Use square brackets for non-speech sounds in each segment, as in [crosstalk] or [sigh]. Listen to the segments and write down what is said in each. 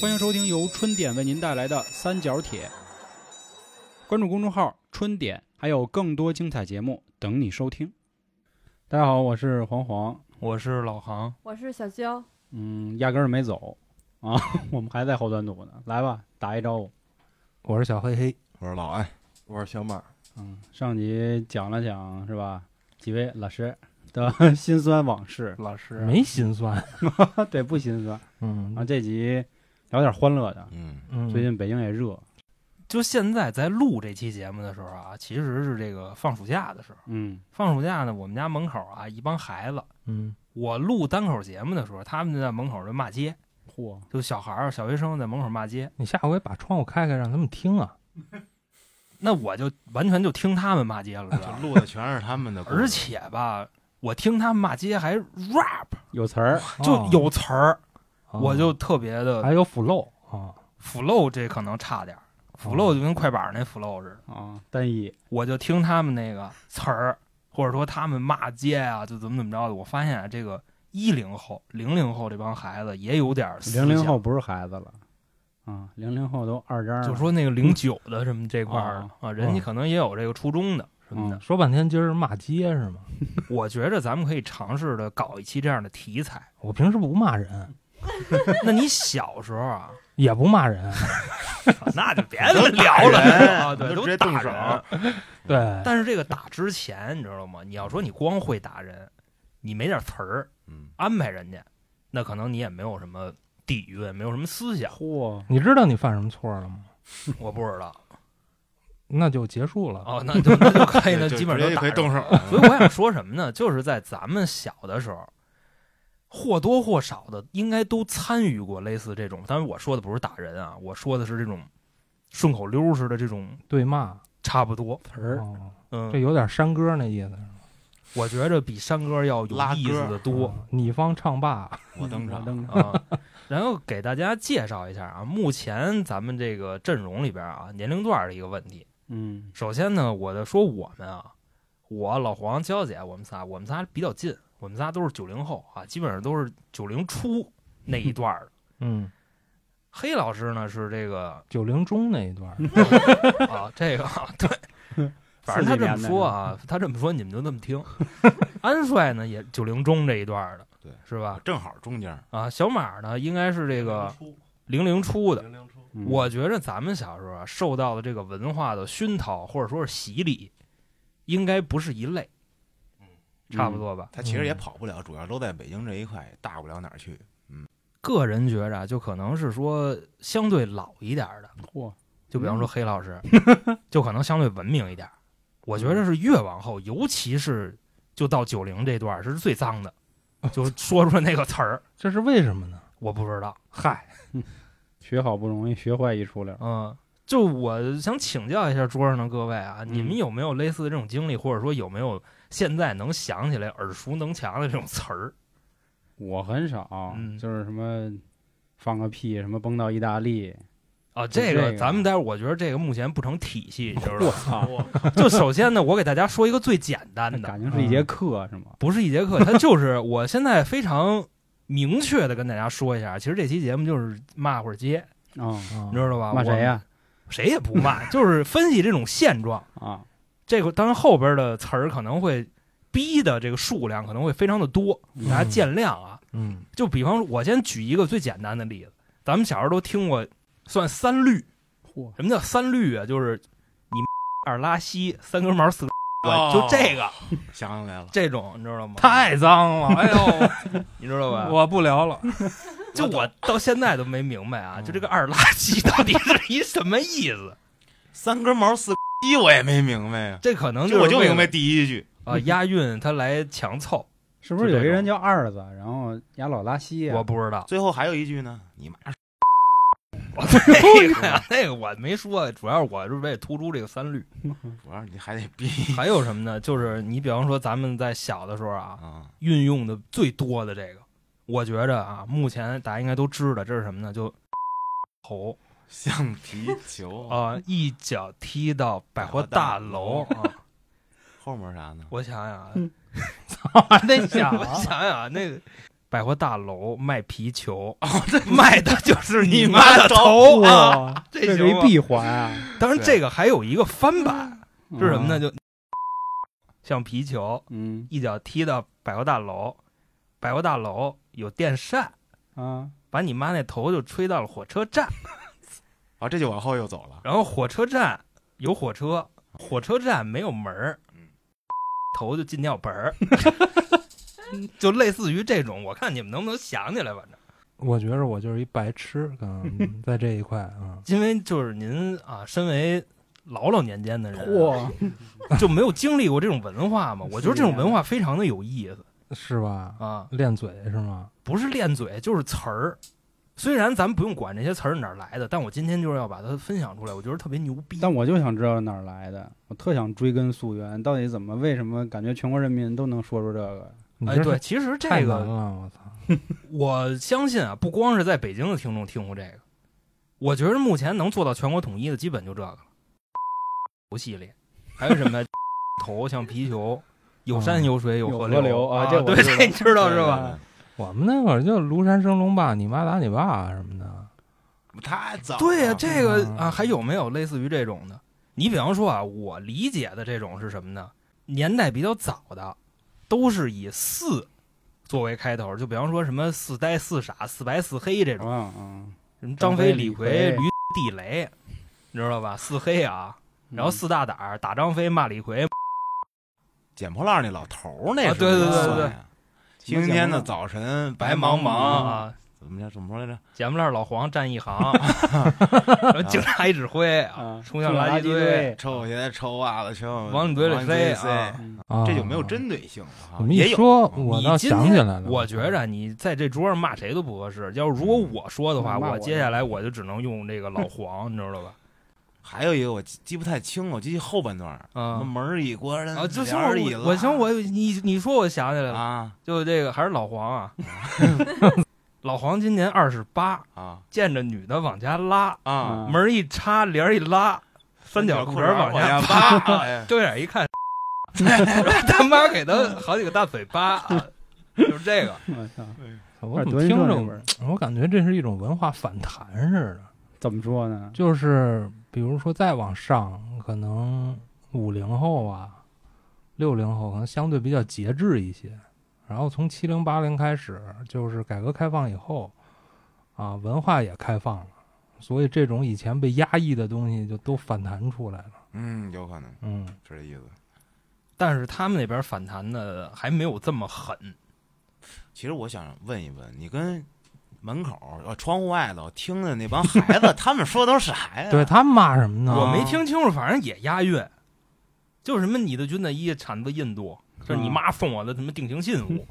欢迎收听由春点为您带来的《三角铁》，关注公众号“春点”，还有更多精彩节目等你收听。大家好，我是黄黄，我是老航，我是小娇，嗯，压根儿没走啊， [laughs] 我们还在后端组呢。来吧，打一招呼。我是小黑黑。我说老艾，我是小马，嗯，上集讲了讲是吧？几位老师的 [laughs] 辛酸往事，老师没心酸。对，不辛酸。啊嗯啊，这集聊点欢乐的。嗯，嗯，最近北京也热，就现在在录这期节目的时候啊，其实是这个放暑假的时候。嗯放暑假呢，我们家门口啊一帮孩子，嗯我录单口节目的时候，他们就在门口就骂街，嚯，就小孩儿、小学生在门口骂街。你下回把窗户开开，让他们听啊。那我就完全就听他们骂街了，知道这吧 [laughs] 录的全是他们的故事，而且吧，我听他们骂街还 rap，有词儿，就有词儿，哦，我就特别的啊还有腐漏啊。 flow 这可能差点儿，flow 就跟快板儿那 flow 似的。啊，单一我就听他们那个词儿，或者说他们骂街啊，就怎么怎么着的。我发现啊，这个一零后、零零后这帮孩子也有点儿思零零想后，不是孩子了，啊，零零后都二十二，就说那个零九的什么这块儿嗯哦的啊，人家可能也有这个初中的什么的。说半天今儿骂街是吗？我觉着咱们可以尝试的搞一期这样的题材。我平时不骂人，那你小时候 [laughs] 啊，也不骂 [laughs] 人。那就别他妈聊了啊，对，都都直接打动手人对，但是这个打之前，你知道吗？你要说你光会打人，你没点词儿嗯，安排人家，那可能你也没有什么底蕴，没有什么思 [laughs] 想。嚯，你知道你犯什么错了吗？我不知道那就结束了。哦， [laughs] 那就那就可以，对那就基本直上都接就打可以动上手了。了， [laughs] 所以我想说什么呢？就是在咱们小的时候，或多或少的应该都参与过类似这种。当然，我说的不是打人啊，我说的是这种顺口溜似的这种，对骂，差不多。词儿，哦这嗯，有点山歌那意思。是吧我觉着比山歌要有拉意歌嗯思的多。嗯你方唱罢，我登场，登场，啊。然后给大家介绍一下啊，目前咱们这个阵容里边啊，年龄段儿的一个问题。嗯首先呢，我的说我们啊，我老黄、娇姐，我们仨，我们仨比较近，我们仨都是九零后啊，基本上都是九零初那一段儿的。嗯，黑老师呢是这个九零中那一段儿，啊，这个啊，对，反正他这么说啊，他这么说你们就这么听。安帅呢也九零中这一段儿的，对，是吧？正好中间，啊，小马呢应该是这嗯个零零初的，嗯我觉着咱们小时候啊，受到的这个文化的熏陶或者说是洗礼，应该不是一类，差不，多吧。嗯他其实也跑不了，主要都在北京这一块，大不了哪儿去，个人觉着啊，就可能是说相对老一点儿的，嗯嚯，就比方说 [laughs] 黑老师，就可能相对文明一点儿。我觉着是越往后，尤其是就到九零这段儿是最 [laughs] 脏的，就说出来那个词儿，这是为什么呢？我不知道。嗨，学好不容易，学坏一出溜，嗯，就我想请教一下桌上的各位啊，嗯你们有没有类似的这种经历，或者说有没有现在能想起来耳熟能详的这种词儿？我很少嗯，就是什么放个屁，什么蹦到意大利，啊，就这这个个咱们待会儿，我觉得这个目前不成体系，你知道我 [laughs] 操，吧？就首先呢，我给大家说一个最简单那的，嗯感情是一节课是吗？不是一节课，它就是我现在非常明确的跟大家说一下，其实这期节目就是骂会儿街，啊，啊你知道吧？骂谁呀？我？谁也不骂，就是分析这种现状。啊，这个当然后边的词儿可能会逼的这个数量可能会非常的多，嗯大家见谅啊。嗯，就比方说，我先举一个最简单的例子，咱们小时候都听过，算三律。嚯，什么叫三律啊？就是你 [laughs] 二拉稀，三根毛四根哦就这个想起来了，这种，你知道吗？太脏了，哎呦， [laughs] 你知道吧？我不聊了。 [laughs] 就我到现在都没明白啊，嗯就这个二拉稀到底是一什么意思？三根毛四一我也没明白呀，这可能这是我就为了明白第一句，啊，押韵它来强凑，是不是有一人叫二子，然后牙老拉稀呀我？不知道。最后还有一句呢，你妈 [laughs] 那个哎 [laughs] 呀，那个我没说，主要我是为了突出这个三律。主要你还得逼 [laughs] 还有什么呢？就是你比方说咱们在小的时候啊，啊，运用的最多的这个，我觉着啊，目前大家应该都知道这是什么呢？就猴橡皮球，啊、一脚踢到百货大楼啊！后面啥呢？嗯我想想啊，还得想我想想啊，那个百货大楼卖皮球，哦卖的就是你妈的哇，头啊！这这是行一吗闭环啊，当然，对这个还有一个翻版是什么呢？啊？就像皮球，嗯一脚踢到百货大楼，百货大楼有电扇，啊，把你妈那头就吹到了火车站，啊，这就往后又走了。然后火车站有火车，火车站没有门儿嗯，头就进尿盆儿， [laughs] 就类似于这种，我看你们能不能想起来，反正。我觉着我就是一白痴，嗯， [laughs] 在这一块啊，因为就是您啊，身为老老年间的人，啊嚯，就没有经历过这种文化嘛。我觉得这种文化非常的有意思是吧？啊，练嘴是吗？不是练嘴就是词儿。虽然咱们不用管这些词儿哪儿来的，但我今天就是要把它分享出来，我觉得特别牛逼。但我就想知道哪儿来的，我特想追根溯源，到底怎么为什么感觉全国人民都能说出这个？你哎，这对，是其实太这难个了，我操！我相信啊，不光是在北京的听众听过这个，我觉得目前能做到全国统一的，基本就这个了。游系列，还有什么 [laughs] 头像皮球，有山嗯有水有有河河流啊啊，这我对，知道这你知道是对吧？吧我们那会儿就庐山升龙霸，你妈打你爸什么的。太早了。对呀、这个嗯啊，还有没有类似于这种的？你比方说啊，我理解的这种是什么呢？年代比较早的，都是以四作为开头，就比方说什么四呆、四傻、四白、四黑这种，啊嗯，什么张张飞飞、李李逵逵、驴地雷，你知道吧？四黑啊，然后嗯四大胆儿打张飞、骂李逵，捡破烂儿那老头儿那啊是对对怎么对算对呀星期天的早晨，白茫茫茫啊，怎么着？怎么说来着？姐们儿老黄站一行，然后警察一指挥啊啊，，冲向垃圾堆，堆，抽鞋、抽袜子、抽往你嘴里塞啊嗯啊、这就没有针对性了哈我。们也一有说，嗯我你倒今想起天来了。我觉着你在这桌上骂谁都不合适。要是如果我说的话，嗯骂我我接下来我就只能用这个老黄，你知 [laughs] 道吧？还有一个我记记不太清了，我记后半段儿，什么啊门儿一关，啊，就行，帘儿一我我行，拉我你你说我想起来了，啊就这个还是老黄 [laughs] 啊。老黄今年二十八，啊见着女的往家拉，啊，嗯门一插，帘儿一拉，三角裤裤衩衩儿儿往往下扒，扒，哎对啊眼一看， [laughs] 然后他妈给他好几个大嘴巴，啊就是这个。我操，我有点怎德么云听社着那味儿我感觉这是一种文化反弹似的，怎么说呢？就是比如说再往上，可能五零后啊，六零后可能相对比较节制一些，然后从七零八零开始，就是改革开放以后，啊，文化也开放了，所以这种以前被压抑的东西就都反弹出来了。嗯，有可能嗯，是这意思。但是他们那边反弹的还没有这么狠，其实我想问一问，你跟门口儿呃窗户外头听的那帮孩子， [laughs] 他们说都是啥呀？对他们骂什么啊呢？我没听清楚，反正也押韵，就是什么你的军的衣产自印度，这是你妈送我的什么定情信 [laughs] 物，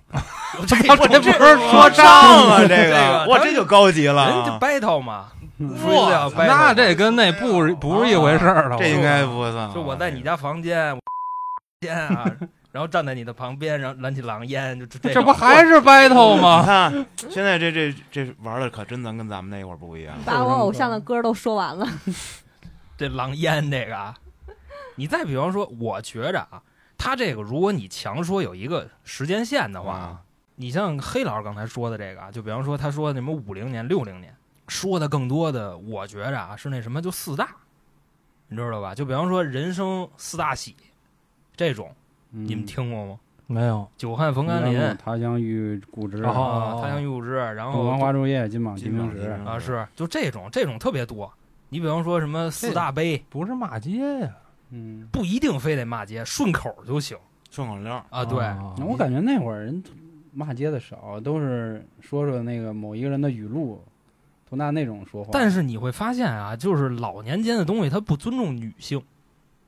我这啊我这不是说账啊， [laughs] 这个我这就高级了人就啊， battle 嘛，嗯说要哦 battle，那这跟那不是不是一回事儿了。这应该不算。啊就我在你家房间，我 [laughs] 间啊，然后站在你的旁边，然后燃起狼烟，就这这不还是 battle 你啊吗？看现在这这这玩的可真咱跟咱们那会儿不一样。把我偶像的歌都说完了，这狼烟这个啊。 [laughs] 你再比方说，我觉着啊，他这个如果你强说有一个时间线的话，啊你像黑老师刚才说的这个啊，就比方说他说那什么五零年、六零年，说的更多的，我觉着啊是那什么就四大，你知道吧？就比方说人生四大喜这种，你们听过吗？ [laughs] 没有，久旱逢甘霖嗯他乡遇故知，然后啊，他乡遇故知，然董后王花烛夜，金榜题金榜名题时名。啊是就这种这种特别多。你比方说什么四大杯，不是骂街呀。嗯，不一定非得骂街，顺口就行顺口溜儿，啊。对，啊我感觉那会儿人骂街的少，都是说说那个某一个人的语录，都拿那种说话。但是你会发现啊，就是老年间的东西，它不尊重女性。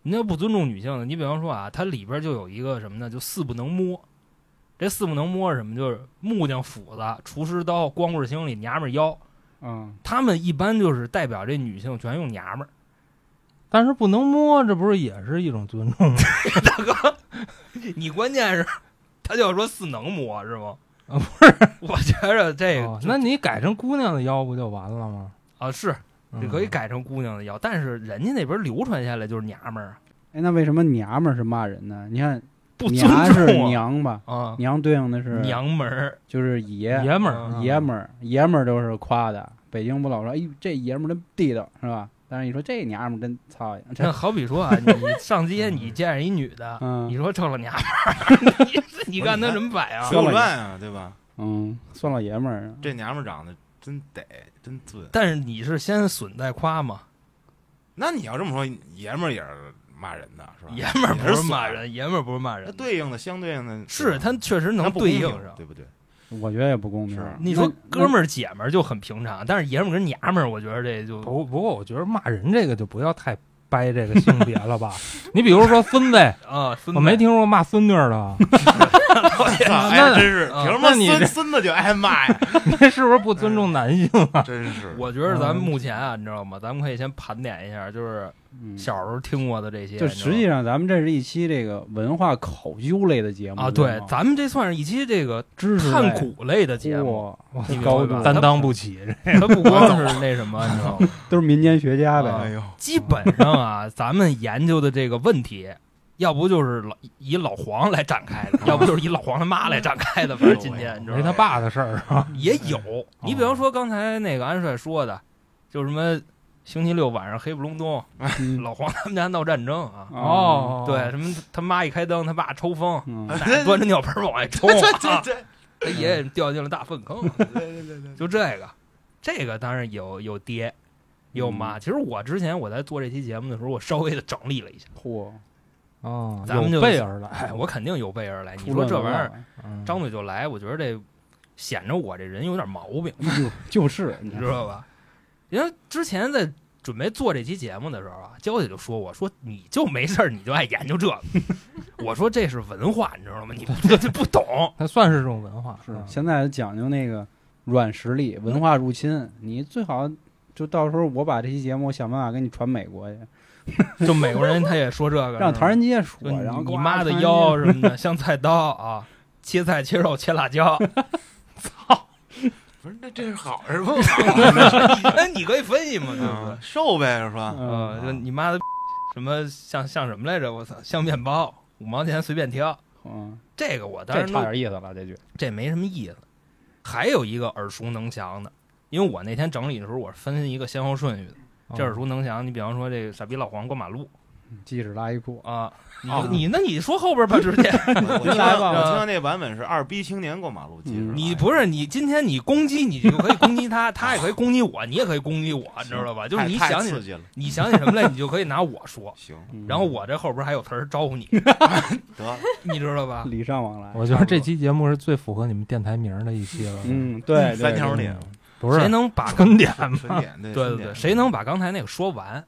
你要不尊重女性的，你比方说啊，它里边就有一个什么呢？就四不能摸。这四不能摸是什么？就是木匠、斧子、厨师刀、光棍星里娘们儿腰。嗯，他们一般就是代表这女性全用娘们儿。但是不能摸，这不是也是一种尊重吗？大哥，你关键是，他就要说四能摸是吗？啊不是， [laughs] 我觉着这个哦就、那你改成姑娘的腰不就完了吗？啊是，你嗯可以。改成姑娘的腰，但是人家那边流传下来就是娘们儿啊。哎，那为什么娘们儿是骂人呢？你看，不尊娘是重娘吧？啊，娘对应的是娘们儿，就是爷啊嗯爷们儿，爷们儿，爷们儿都是夸的。北京不老说，哎呦，这爷们儿真地道，是吧？但是一说这娘们儿真操心，那这好比说啊，你上街你见着一女的，嗯？你说臭老娘们儿， [laughs] 你你干她什么摆啊《水浒传》啊，对吧？嗯，算老爷们儿啊。这娘们儿长得真得真俊。但是你是先损再夸嘛，那你要这么说，爷们儿也是骂人的，是吧？爷们儿不也是损骂，人，爷们儿不是骂人那的，对应的相对应的是他确实他能不对公应平上。对不对？我觉得也不公平是。啊你说那哥们儿姐们儿就很平常，但是爷们儿跟娘们儿，我觉得这就不不过我觉得骂人这个就不要太掰这个性别了 [laughs] 吧。你比如说孙子，啊，分我没呗听说过骂孙女 [laughs] 儿的，啊哎那呀，真是啊凭什那么你这孙孙子就挨骂呀？ [laughs] 你是不是不尊重男嗯性？真是，我觉得咱们目前啊，你知道吗？咱们可以先盘点一下，就是嗯小时候听过的这些。就你知道实吗际上，咱们这是一期这个文化考究类的节目啊，知对道，吗咱们这算是一期这个知识探类古类的节目，哇你明白高吧度啊担当不起， [laughs] 它不光是那什么，你知道吗？ [laughs] 都是民间学家呗。啊哎呦， [laughs] 基本上啊，咱们研究的这个问题。要不就是老以老黄来展开的，要不就是以老黄他妈来展开的。反正今天你知道没吗他？爸的事儿啊。也有。你比方说刚才那个安帅说的，就是什么星期六晚上黑不隆咚，嗯老黄他们家闹战争啊，哦，对，，什么他妈一开灯，他爸抽风，嗯啊哎端着尿盆儿往外冲， [laughs] 这啊这这，他爷爷掉进了大粪坑，对对对对，就这个，这个当然有有爹。也有嗯妈，其实我之前我在做这期节目的时候，我稍微的整理了一下，嚯，哦，咱们就有备而来。哎，我肯定有备而来。出你说乱这子玩意儿了，嗯张嘴就来，我觉得这显着我这人有点毛病。就哎就是你你知道吧？因为之前在准备做这期节目的时候啊，娇姐就说我说你就没事儿你就爱研究这个， [laughs] 我说这是文化，你知道吗？你不 [laughs] 这这不懂，它算是这种文化，是嗯啊现在讲究那个软实力、文化入侵，你最好就到时候我把这期节目想办法给你传美国去，就美国人他也说这个，让唐人街说，是吧就然后你呱你妈唐的人街腰什么的，像菜刀啊，切菜切肉切辣椒，不是那这是好是不好？ [laughs] 那哎你可以分析嘛，对不对嗯？ [laughs] 瘦呗是吧？呃，就嗯你妈的什么像像什么来着？我操，像面包，五毛钱随便挑，嗯，这个我当这然都差点意思了，这句这没什么意思。还有一个耳熟能详的，因为我那天整理的时候，我是分一个先后顺序的。这耳熟能详，你比方说这个傻逼老黄过马路即使嗯拉一裤，啊，你哦你那你说后边吧，直接 [laughs] 我我听来吧我听到那版本是二逼青年过马路，其实嗯啊你不是你今天你攻击你就可以攻击他，他也可以攻击我，你也可以攻击我，你知道吧？就是太你太想刺起激了，你想起什么来，你就可以拿我说，行嗯然后我这后边还有词儿招呼你，得 [laughs] 你知 [laughs] 道吧？嗯礼尚往来， [laughs] 我觉得这期节目是最符合你们电台名儿的一期了。，嗯，哎对，对三条对脸，不是谁能把春点春点 [laughs] 对对春对点对，谁能把刚才那个说完？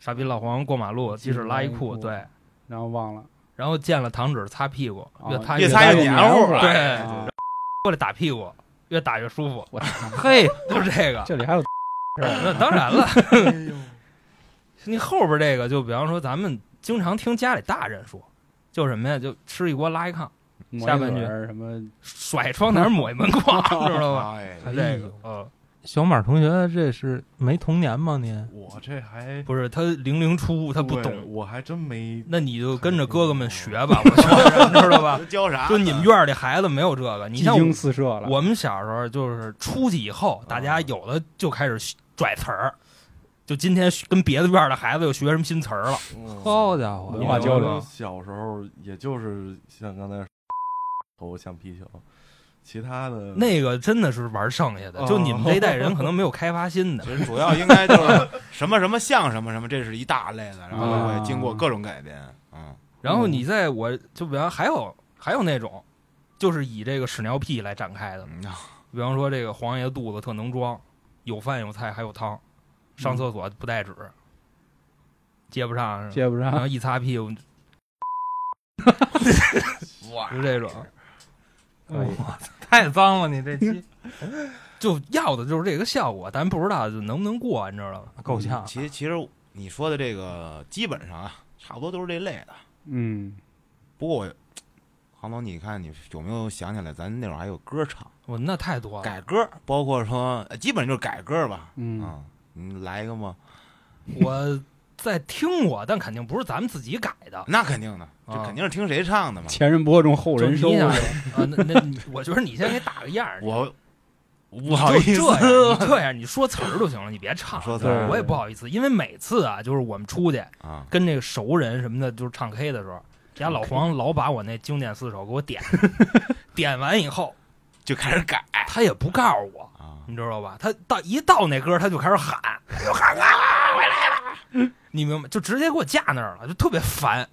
傻逼老黄过马路，即使拉一裤，对，然后忘了，然后见了糖纸擦屁股，啊越擦越擦擦越黏黏黏糊糊了了？对哎啊过来打屁股，越打越 [laughs] 舒服，我操，嘿，就是这个。这里还有事儿，那当然了， [laughs] 哎呦你后边这个就比方说咱们经常听家里大人说，就什么呀，就吃一锅拉一炕，抹下一半嘴句儿什么甩窗台抹一门框， [laughs] 知道啊吧？ [laughs] 哎哎这个呦，呃，小马同学这是没童年吗？您我这还不是他零零初，他不对懂，我还真没那你就跟着哥哥们学吧，我觉得，知 [laughs] 道吧都？教啥？就你们院里孩子没有这个，你技像我惊四射了，我们小时候就是出去以后，大啊家有的就开始拽词儿，就今天跟别的院儿的孩子又学什么新词儿了。好家伙，文化交流我小时候也就是像刚才投橡皮球，其他的那个真的是玩剩下的，哦就你们这一代人可能没有开发新的其。实主要应该就是什么什么像什么什么，这是一大类的，然后啊会经过各种改编。嗯，然后你在我就比方还有还有那种，就是以这个屎尿屁来展开的，嗯啊比方说这个黄爷肚子特能装，有饭有菜还有汤，嗯上厕所不带纸，接不上，接不然上 [laughs] 后，一擦屁股哇就这种。嗯可以我操，太脏了！你这期就要的就是这个效果，咱不知道就能不能过，你知道吗？嗯够呛，其实其实你说的这个基本上啊，差不多都是这类的。嗯，不过我，航总，你看你有没有想起来，咱那会儿还有歌唱，我那太多了，改歌，包括说，呃基本就是改歌吧。嗯啊，你来一个吗？我在听我，但肯定不是咱们自己改的。那肯定的，这啊肯定是听谁唱的 [laughs] 嘛。前人播种，后就 [laughs] 人你收。想啊，那那 [laughs] 你我觉得你先给打个样儿，我你不好意就思，啊这样，你 [laughs] 这样你说词儿就行了，你别唱我。说词儿我也不好意思，因为每次啊，就是我们出去啊，跟这个熟人什么的，就是唱 K 的时候，人家老黄老把我那经典四首给我点， [laughs] 点完以后哎就开始改他也不告诉我，啊，你知道吧？他到一到那歌，他就开始喊，就喊啊，快来吧！你明白？就直接给我架那儿了，就特别烦。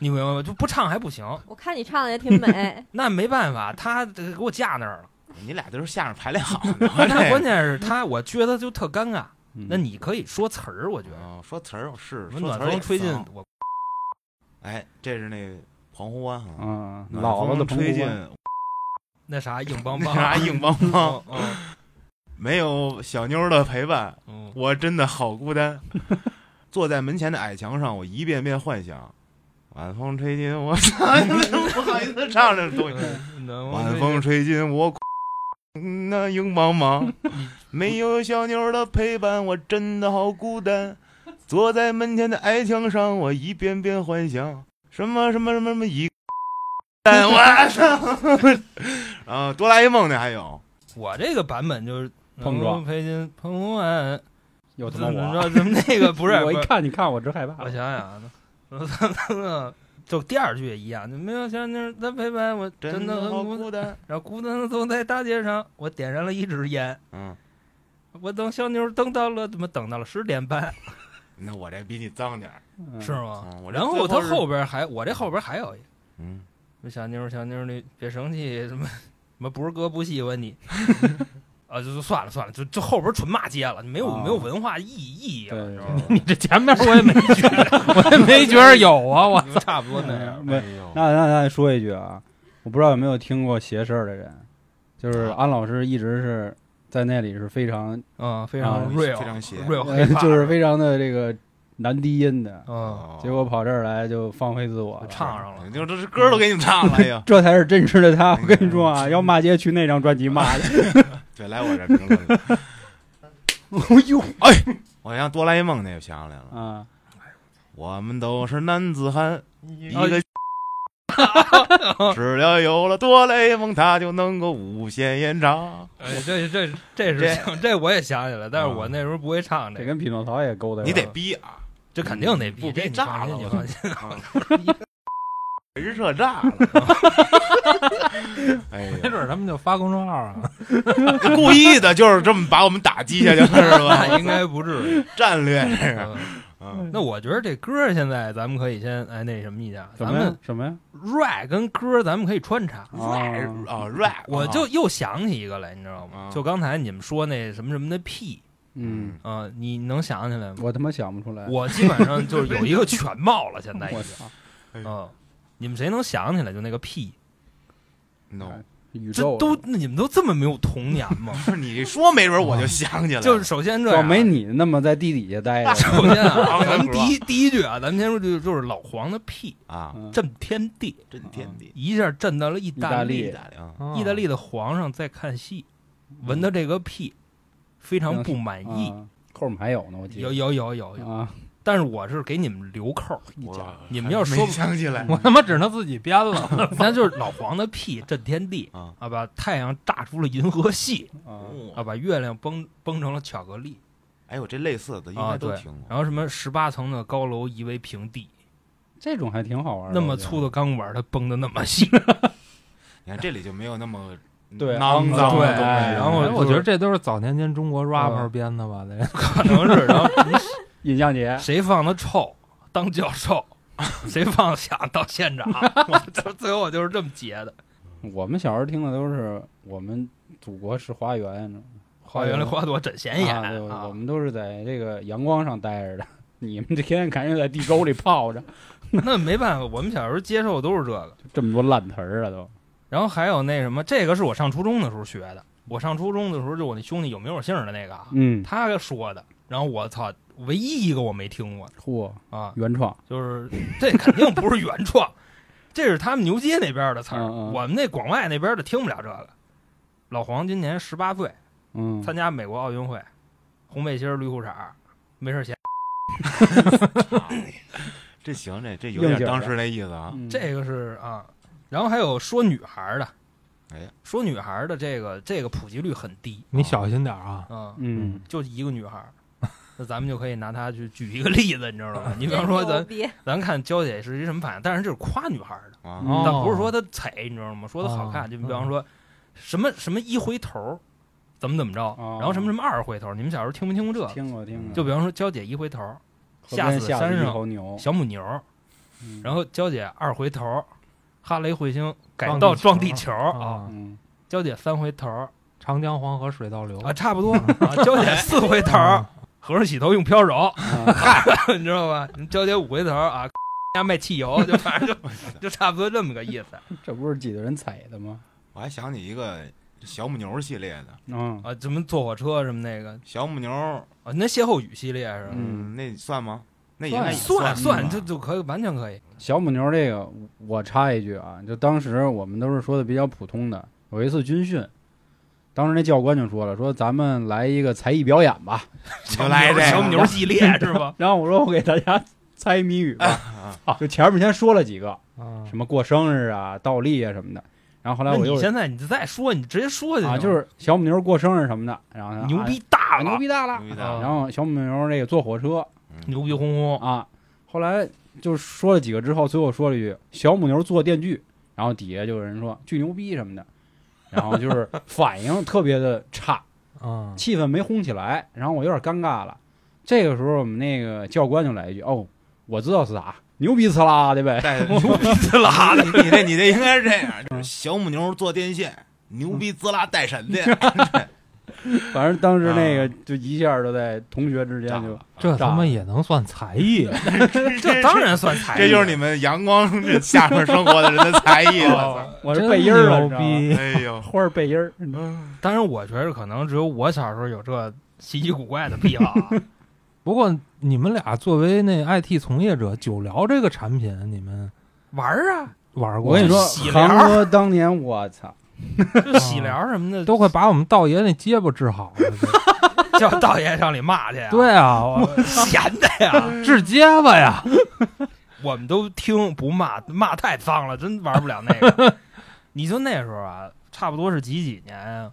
你明白吗？就不唱还不行，，我看你唱的也挺 [laughs] 美那没办法，他这给我架那儿了。你俩都是相声排练好的 [laughs] 那关这个。键是他，我觉得就特尴尬。嗯那你可以说词儿，我觉得。哦说词儿是什么说暖词儿也风吹进脏我，哎，这是那澎湖湾啊，啊，暖老了的风澎吹湖进湾，那啥硬 [laughs] 邦邦，那啥硬邦邦， [laughs] 嗯嗯没有小妞儿的陪伴，嗯我真的好孤单。坐在门前的矮墙上，我一遍遍幻想，晚风吹进我， [laughs] 不好意思唱这东西。 [laughs] 嗯晚风吹进我，那硬茫 [laughs] 茫，没有小妞的陪伴，我真的好孤单。坐在门前的矮墙上，我一遍遍幻想什么什么什么什么 [laughs] 一，但我操！ [laughs] 啊，哆啦 A 梦呢还有，我这个版本就是碰撞飞进碰完，又怎他妈么我，着？怎么那个不 [laughs] 是？我一不是看你看我直害怕我。想啊想啊，就第二句也一样，就没有小妞的陪伴，我真的的很好孤单。孤单。然后孤单的走在大街上，我点燃了一支烟，嗯，我等小妞等到了，怎么等到了十点半？那我这比你脏点儿。嗯是吗？嗯，我这啊然后他最是后边还，我这后边还有一个，嗯，说小妞小妞你别生气，什么什么不是哥不喜欢你。啊，就就算了算了，就就后边纯骂街了，没有、啊没有文化意义啊，对你知道吗？ [laughs] 你这前面我也没觉得，我也没觉得有啊，我差不多那样。嗯哎没呦，那那那说一句啊，我不知道有没有听过邪事儿的人，就是啊安老师一直是在那里是非常，嗯，非常常 real，啊非常邪 [laughs] real，呃黑怕就是非常的这个男低音的，嗯，结果跑这儿来就放飞自我了，唱上了。啊就这是歌都给你唱了，哎 [laughs] 呀，这才是真实的他。我跟你说啊，要骂街去那张专辑骂去。 [laughs] 对，来我这评论了。哎呦我让哆啦 A 梦那个想起来了，啊，我们都是男子汉，一哦个。只要有了哆啦 A 梦，它就能够无限延长。哎，这这这是这这我也想起来，啊但是我那时候不会唱这这个，跟匹诺曹也勾搭上了。你得逼啊，这肯定得比不这逼你炸放了心，你放心。人设炸了。哎没呀，准他们就发公众号啊，故意的就是这么把我们打击下去了，是吧？那应该不 [laughs] 至于。战略这是。嗯嗯那我觉得这歌现在咱们可以先哎那什么一下，什咱么呀们什么呀？嗯 rap 跟歌咱们可以穿插。啊，啊，rap，我就又想起一个来，你知道吗啊？就刚才你们说那什么什么的屁，嗯，嗯，你能想起来吗？我他妈想不出来。我基本上就是有一个全貌了，现在已我经。操，嗯，你们谁能想起来就那个屁？ no，宇这宙都那你们都这么没有童年吗？不是你说，没准我就想起来了。就是啊首先这我样哦没你那么在地底下待着。首先啊，啊咱们第一第一句啊，咱们先说就就是老黄的屁啊，嗯震天地，震天地，一下震到了意大意意利。大利啊， [laughs] 意大利的皇上在看戏，闻到这个屁，非常不满意。啊扣儿们还有呢，我记有得有有有有，啊，但是我是给你们留扣，我你们要没说不想起来我他妈只能自己编了。 [laughs] 那就是老黄的屁震天地啊啊，把太阳炸出了银河系啊啊，把月亮崩崩成了巧克力。哎，我这类似的应啊，该对，都听过。然后什么十八层的高楼夷为平地，这种还挺好玩的。那么粗的钢管它崩的那么细，你看这里就没有那么对肮脏对的东西，然后哎我觉得这都是早年间中国嗯 rapper 编的吧？啊得可能是。然后印象节，谁放的臭当教授，谁放响当 [laughs] 县长，我这最后就是这么结的。我们小时候听的都是我们祖国是花园，花园里花朵枕闲眼啊对我啊我，们都是在这个阳光上待着的，你们这天天感觉在地沟里泡着， [laughs] 那没办法，我们小时候接受的都是这个。这么多烂词儿啊都。然后还有那什么，这个是我上初中的时候学的。我上初中的时候，就我那兄弟有没有姓儿的那个啊，嗯，他说的。然后我操，唯一一个我没听过嚯，的啊，原创，就是这肯定不是原创， [laughs] 这是他们牛街那边的词儿，嗯嗯我们那广外那边的听不了这个。老黄今年十八岁，嗯，参加美国奥运会，红背心儿绿裤衩儿，没事闲，这行，这这有应点景当的时那意思啊。嗯这个是啊，然后还有说女孩儿的，哎，说女孩儿的这个这个普及率很低，你小心点儿啊！啊，嗯，就一个女孩儿，那咱们就可以拿她去举一个例子，你知道吗？你比真方说牛咱逼，咱看娇姐是一什么反应，但是这是夸女孩儿的，啊，嗯但哦不是说她踩，你知道吗？说她好看，哦就比方说什么什么一回头儿，怎么怎么着，哦然后什么什么二回头儿，你们小时候听没听过这？个？听过听过，就比方说娇姐一回头儿，河吓边死吓山一上头牛，小母牛儿，嗯然后娇姐二回头儿，哈雷彗星改道撞地球儿啊，啊，嗯娇姐三回头儿长江黄河水倒流哦啊，差不多，啊娇姐四回头儿，啊和尚洗头用飘柔，啊 [laughs] 你知道吧？娇姐五回头儿啊，家卖汽油，就反正就就差不多这么个意思 [laughs] 这不是几个人踩的吗？我还想起一个小母牛系列的，嗯，啊。什么坐火车什么那个小母牛，啊，那歇后语系列是吧？嗯嗯，那算吗？那也应算该也算算，算就就可以，完全可以。小母牛这个，我插一句啊，就当时我们都是说的比较普通的。有一次军训，当时那教官就说了，说咱们来一个才艺表演吧。你就来这小母个牛系列是 [laughs] 吧？然后我说我给大家 [laughs] 猜谜语吧，啊 [laughs] 就前面先说了几个，啊什么过生日啊、倒立啊什么的。然后后那来我你又现在你再说，你直接说啊，行就是小母牛过生日什么的，然后他牛逼啊，大了，牛逼大了。牛逼啊的，然后小母牛这个坐火车牛逼哄哄。啊，后来就说了几个之后，最后说了一句“小母牛坐电锯”，然后底下就有人说“巨牛逼”什么的，然后就是反应特别的差，啊气氛没烘起来，然后我有点尴尬了。这个时候我们那个教官就来一句：“哦，我知道是啥，牛逼刺啦的呗。带牛逼死了！你你这你这应该是这样，就是小母牛坐电线，牛逼滋啦带闪电，”反正当时那个就一下就在同学之间炸就了这炸他妈了也能算才 [laughs] 艺？这当然算才艺，这就是你们阳光 [laughs] 这下面生活的人的哎才艺哦了。我是真背音儿了，你知牛道吗逼！哎呦，花儿背音儿，你知道吗嗯当然，我觉得可能只有我小时候有这稀奇古怪的癖好 [laughs] 啊。不过你们俩作为那 IT 从业者，九聊这个产品你们玩儿啊，玩过？我跟你说洗，脸儿航哥当年我操，嗯就洗疗什么的，都快把我们道爷那结巴治好了都。叫道爷上里骂去啊。，对啊，我闲的呀， [laughs] 治结巴呀！我们都听不骂，骂太脏了，真玩不了那个。你就那时候啊，差不多是几几年啊？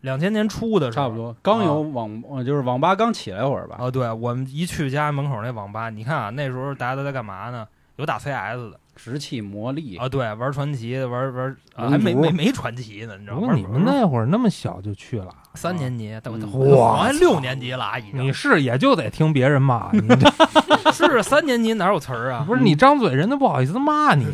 两千年初的时候，差不。多刚有网，呃就是网吧刚起来会儿吧，哦，对，我们一去家门口那网吧，你看啊，那时候大家都在干嘛呢？有打 CS 的石器磨砺啊，对，玩传奇的，玩玩，啊龙还没族没没传奇呢，你知道不吗？玩过你们那会儿那么小就去了，三年级，但我嗯我还哇六年级了啊，已经你是也就得听别人骂你，这是三年级哪有词儿 [laughs] 啊？不是你张嘴人都不好意思骂你，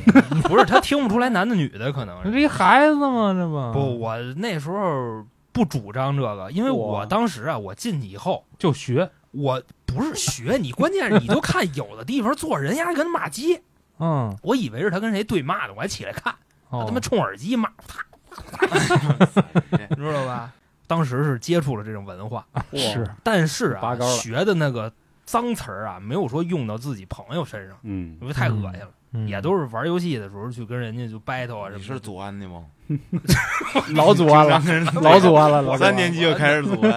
不是，他听不出来男的女的，可能你是这一孩子嘛，这 [laughs] 不不。我那时候不主张这个，因为我哇当时啊，我进去以后，就学，我不是学你，关键是你就看有的地方坐人家跟骂街，嗯，我以为是他跟谁对骂呢，我还起来看，他哦啊他妈冲耳机骂，啪你知道吧？当时是接触了这种文化，是，但是啊啊拔高，了学的那个脏词儿啊，没有说用到自己朋友身上，嗯因为太恶心了。嗯也都是玩游戏的时候去跟人家就 battle 啊什你么是的。祖安的吗？ [laughs] 老祖安 [laughs] 了，经常跟人 [laughs] 老祖安了，老祖安三了年级就开始祖 [laughs] 安，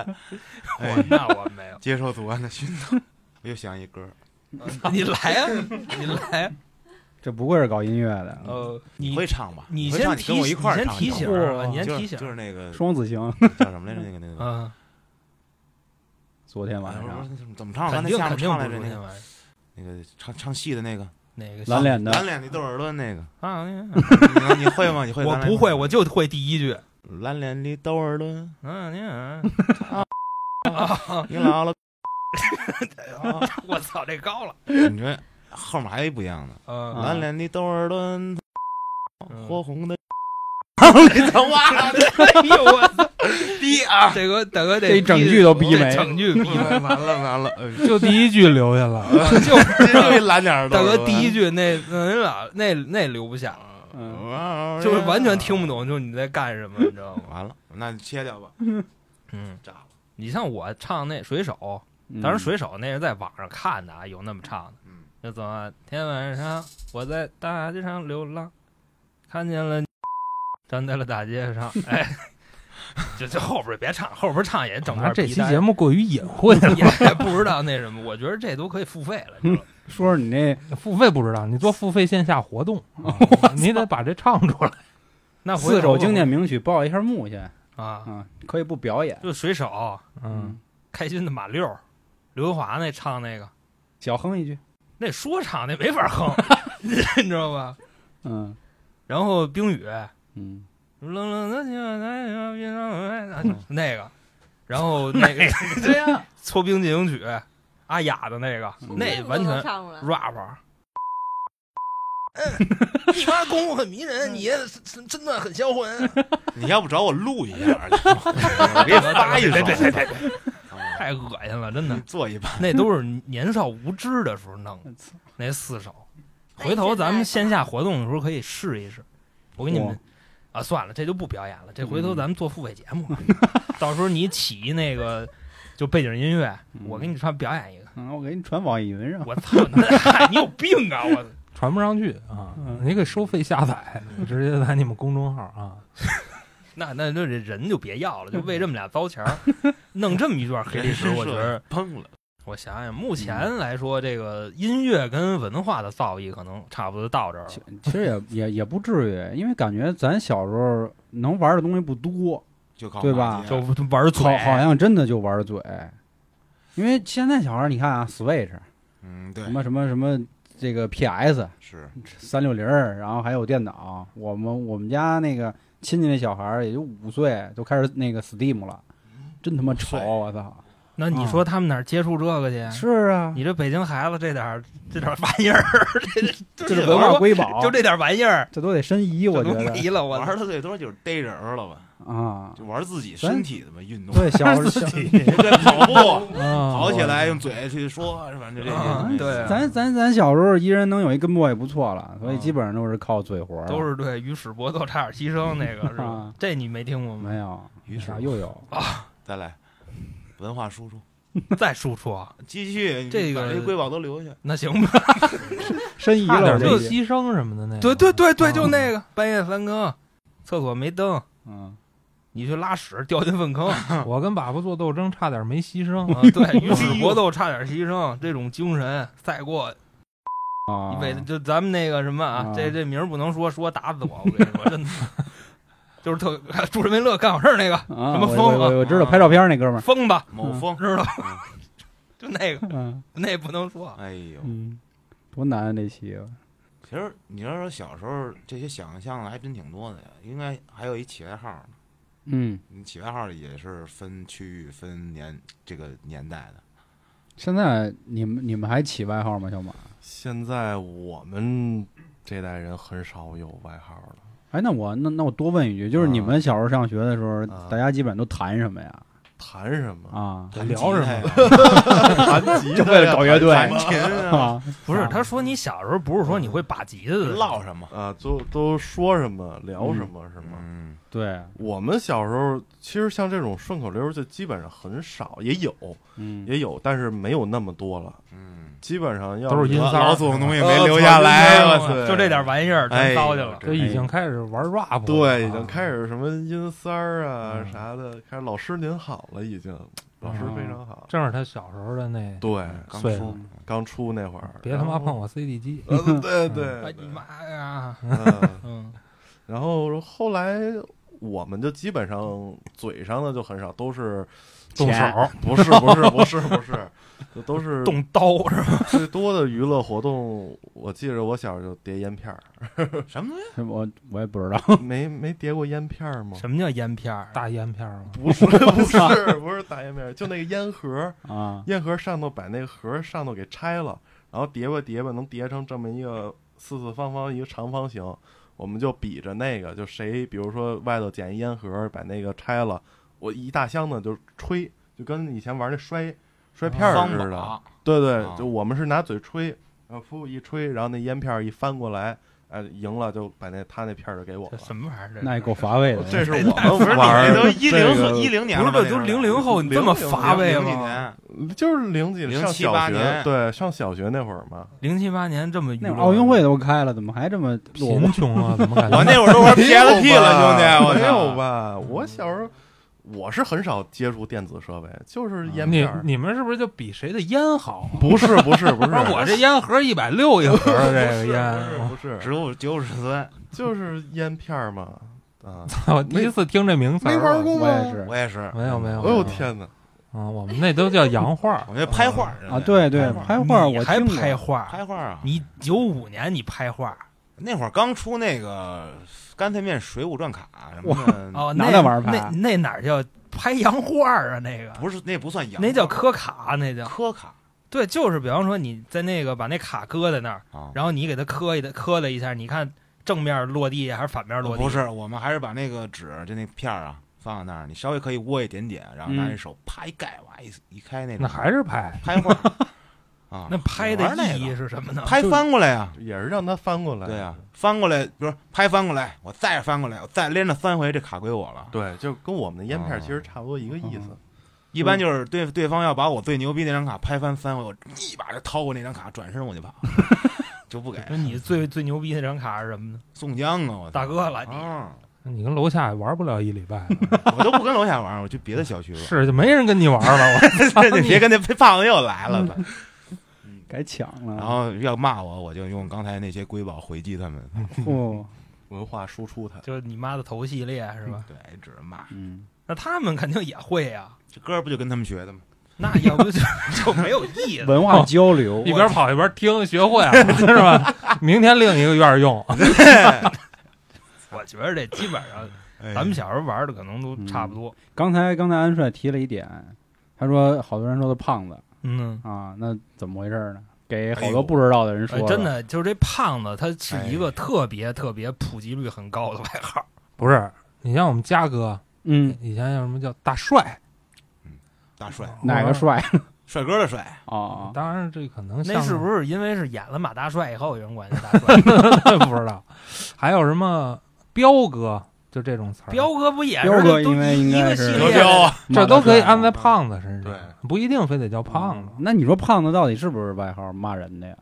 哎我哦那我没有，接受祖安的熏陶。我又想一歌， [laughs] 你来呀、你来 [laughs] 呀、这不愧是搞音乐的，呃，你你哦会唱吧？你会唱先你提跟我一块儿你唱先一提会儿。醒儿啊，哇你先就提是醒就儿，是那个双子星，叫什么来着？那个那个嗯，昨天晚哎我上说怎么唱？肯刚才定下肯面定唱来不是着那那个玩意儿，那个唱唱戏的那个那个蓝脸的蓝脸的豆耳轮那个，啊， [laughs] 啊你你会吗？你会？我不会，我。就会第一句，蓝脸的豆耳轮，嗯，你啊你老了。 [laughs] [laughs] 我操，这高了，你说后面还有一不一样的，嗯，啊蓝脸的豆儿轮，嗯火红的。你他妈的哎呦我 [laughs] 操，逼啊！这个大哥得这一整句都逼这没，整句 [laughs] 逼没完了完了，哎 [laughs] 就第一句留下了，啊就 [laughs] 这就一蓝脸儿的大豆哥儿轮。第一句那那俩那那留不下，哦嗯，哇，就是完全听不懂，就是你在干什么，你知道吗？完了，那就切掉吧，嗯，炸了。你像我唱那水手，嗯嗯当嗯然水手那是在网上看的啊，有那么唱的，嗯就怎么天晚上我在大街上流浪，看见了你站在了大街上，哎，就就后边别唱，后边唱也整拿段啊这皮期带节目嗯过于隐晦了，[laughs] [laughs] 也也不知道那什么，我觉得这都可以付费了。你知道吗说说你那付费不知道，你做付费线下活动，啊你得把这唱出来。那回头四首经典名曲报一下幕去啊，啊，可以不表演。就水手、嗯，开心的马六、刘德华那唱那个，小哼一句，那说唱那没法 [laughs] 哼，你知道吧？嗯然后冰雨，嗯，冷冷的清晨，那个，然后那个 [laughs] 对呀，搓冰进行曲，阿雅的那个，嗯 [laughs] 那个完都能全唱出来。 rap。嗯，你妈功夫很迷人，你也真的很销魂。你要不找我录一下，我给你发一别别别首别， [laughs] 太恶心了，真的你。做一把。 [laughs] 那都是年少无知的时候弄 [laughs] 的我操那四首，哎回头咱们现线在下活动的时候可以试一试。我给你哇们啊，算了，这就不表演了，这回头嗯咱们做付费节 [laughs] 目，到时候你起一那个就背景音乐，嗯我给你穿表演一个。嗯，我给你传网易云上。我操， [laughs] 那你有病啊！我传不上去啊，嗯你给收费下载，直接来你们公众号啊。那那那这人就别要了，就为这么俩糟 [laughs] 钱儿，弄这么一段黑历史，我觉得啊碰了，我想想，目前来说，这个音乐跟文化的造诣可能差不多到这儿了其。嗯其实也也也不至于，因为感觉咱小时候能玩的东西不多，就靠对吧马就街玩嘴，好好像真的就玩嘴。因为现在小孩儿，你看啊，Switch 嗯，对什，么什么什么，这个 PS 是三六零，然后还有电脑。我们我们家那个亲戚那小孩儿也就五岁，就开始那个 Steam 了，真他妈五潮！岁我操！那你说他们哪儿接触这个去？嗯是啊，你这北京孩子这点儿这点儿玩意儿， [laughs] 这这是文化瑰宝，就这点儿玩意儿，这都得申遗，我这觉 [laughs] 都得没了。我玩的最多就是逮人儿了吧，啊，就玩自己咱身体的吧运动，对 [laughs] 小小对，跑步。跑哦跑起来，用嘴去说，是吧？这这嗯啊这，对咱咱咱小时候一人能有一根木也不错了，所以基本上都是靠嘴活儿，啊都是对与世搏斗，差点牺牲那个是吧啊？这你没听过吗？没有，于是啊又有再来，文化输出，再输出啊，继续，你这个把这瑰宝都留下。那 [laughs] 行吧？申遗差了，点我就这一集牺牲什么的那个。对对对对，啊就那个半夜三更，厕所没灯，嗯，你去拉屎掉进 [laughs] 粪坑。我跟粑粑做斗争，差点没牺牲。啊， [laughs] 对，与世哎搏斗差点牺牲，这种精神赛过啊一辈子。就咱们那个什么啊啊，这这名儿不能说，说打死我！我跟你说，真的， [laughs] 就是特助人为乐干好事儿那个啊什么我风啊我我知道啊拍照片那哥们儿，[laughs] 疯吧，某峰，嗯知道吧？就那个，嗯那也不能说。哎呦，嗯，多难啊这期啊，其实你要说小时候这些想象的还真挺多的呀，应该还有一起外号呢。嗯，你起外号也是分区域、分年这个年代的。现在你们你们还起外号吗？小马？现在我们这代人很少有外号了。哎，那我那那我多问一句，就是啊你们小时候上学的时候，啊大家基本上都谈什么呀？谈什么？啊，聊什么？么？弹吉就为了搞乐队弹琴啊， [laughs] 啊，不是，他说你小时候不是说你会把吉他的，唠什么？啊，都都说什么聊什么是吗？嗯，对，我们小时候其实像这种顺口溜，就基本上很少，也有嗯，也有，但是没有那么多了。嗯，基本上要都是音老三儿老祖宗也呃没留草下根来，儿我嘛操！就这点玩意儿哎全糟践了。这已经开始玩 rap 了。对，已啊经开始什么音三儿啊嗯哦啥的，开始老师您好了，已经老师非常好。正是他小时候的那，对，嗯刚碎出，刚出那会儿，嗯别他妈然后碰我嗯 CD 机。呃，对哎对，你妈呀！嗯。嗯， [laughs] 然后后来我们就基本上嘴上的就很少，都是动手钱，不是不是不是不是，就都是动刀是吧？最多的娱乐活动。我记着我小时候就叠烟 [laughs] 片儿，什么东西？是我我也不知道，没没叠过烟片儿吗？什么叫烟片儿？大烟啊片儿嘛，不是不是不是大烟片儿，就那个烟盒，啊，烟盒上头把那个盒上头给拆了，然后叠吧叠吧，能叠成这么一个四四方方一个长方形。我们就比着那个，就谁，比如说外头捡一烟盒，把那个拆了，我一大箱子就吹，就跟以前玩那摔摔片儿方似的。宝，对对啊，就我们是拿嘴吹，然后噗一吹，然后那烟片儿一翻过来，哎，赢了就把那他那片儿就给我这了。什么玩意儿？这 [laughs] 那也够乏味的。这是我哎不是们你玩儿这都的一这零个一零年不了是吧，这都那时候零零后，你这么乏味零几吗？年就是零几零上七小八学，年对，上小学那会儿嘛。零七八年这么娱那乐会儿奥运会都快了，怎么还这么落 [laughs] 贫穷啊，怎么感 [laughs] 我觉？那会儿都玩没有 PSP 了，兄弟，吧我没操有吧？我小时候，我是很少接触电子设备，就是烟你片儿。你们是不是就比谁的烟好？啊不是不是 [laughs] 不是，那我这烟盒一百六一盒，这个不是烟，啊不是，植物九十酸，就是烟片儿嘛啊！我第一次听这名词儿，没玩过我吗也是我也是，嗯没有没有，哎没有呦天哪！啊，我们那都叫洋画儿我觉得拍画啊，对对，拍画你我还听过拍画儿，拍画啊，你九五年你拍画儿那会儿刚出那个干脆面水浒传卡什么的，哦，拿那那玩儿拍那那哪儿叫拍洋画儿啊？那个不是那不算洋画，那叫科卡，啊那叫科卡对，就是比方说你在那个把那卡搁在那儿，啊。然后你给它磕一的磕了一下，你看正面落地还是反面落地？不是，我们还是把那个纸就那片儿啊放在那儿，你稍微可以窝一点点，然后拿嗯一手啪一盖，哇一一开那种，那还是拍，拍画儿 [laughs] 啊？那拍我玩的那意义个是什么呢？拍翻过来啊呀、也是让他翻过来。对啊呀、翻过来，比如说拍翻过来，我再翻过来，我再连着三回，这卡归我了。对，就跟我们的烟啊片儿其实差不多一个意嗯思。一般就是对对方要把我最牛逼那张卡拍翻三回，我一把就掏过那张卡，转身我就跑，就不给就你最最牛逼那张卡是什么呢？宋江啊！我大哥了，你啊，你跟楼下也玩不了一礼拜，我都不跟楼下玩儿，我去别的小 [laughs] 区玩是就没人跟你玩了。我儿。 [laughs] 你别跟那胖子又来了吧。改抢了，然后要骂我，我就用刚才那些瑰宝回击他们。 [laughs] 哦，文化输出它，就你妈的头系列是吧？对，只是骂。嗯，那他们肯定也会啊，这歌不就跟他们学的吗？那要不就 [laughs] 就没有意思。文化交 [laughs] 流，一边跑一边听，学会了是吧？明天另一个院儿用，我觉得这基本上哎咱们小时候玩的可能都差不多。刚才刚才安帅提了一点，他说好多人说他胖子嗯，啊，那怎么回事呢？给好哎多呦不知道的人说哎，了、真的就是这胖子，他是一哎个特别特别普及率很高的外号。不是？你像我们嘉哥，嗯，以前叫什么叫大帅，大帅，哪个帅帅哥的帅， [laughs] 哦，哦当然这可能那像是不是因为是演了马大帅以后，有人管他大 [laughs] 帅？ [laughs] 不知道，还有什么彪哥，就这种词儿，彪哥不也是彪哥都因为应一该个是系德列彪的啊，这都可以安马在大帅胖子身上，对不一定非得叫胖子，嗯那你说胖子到底是不是外号骂人的呀？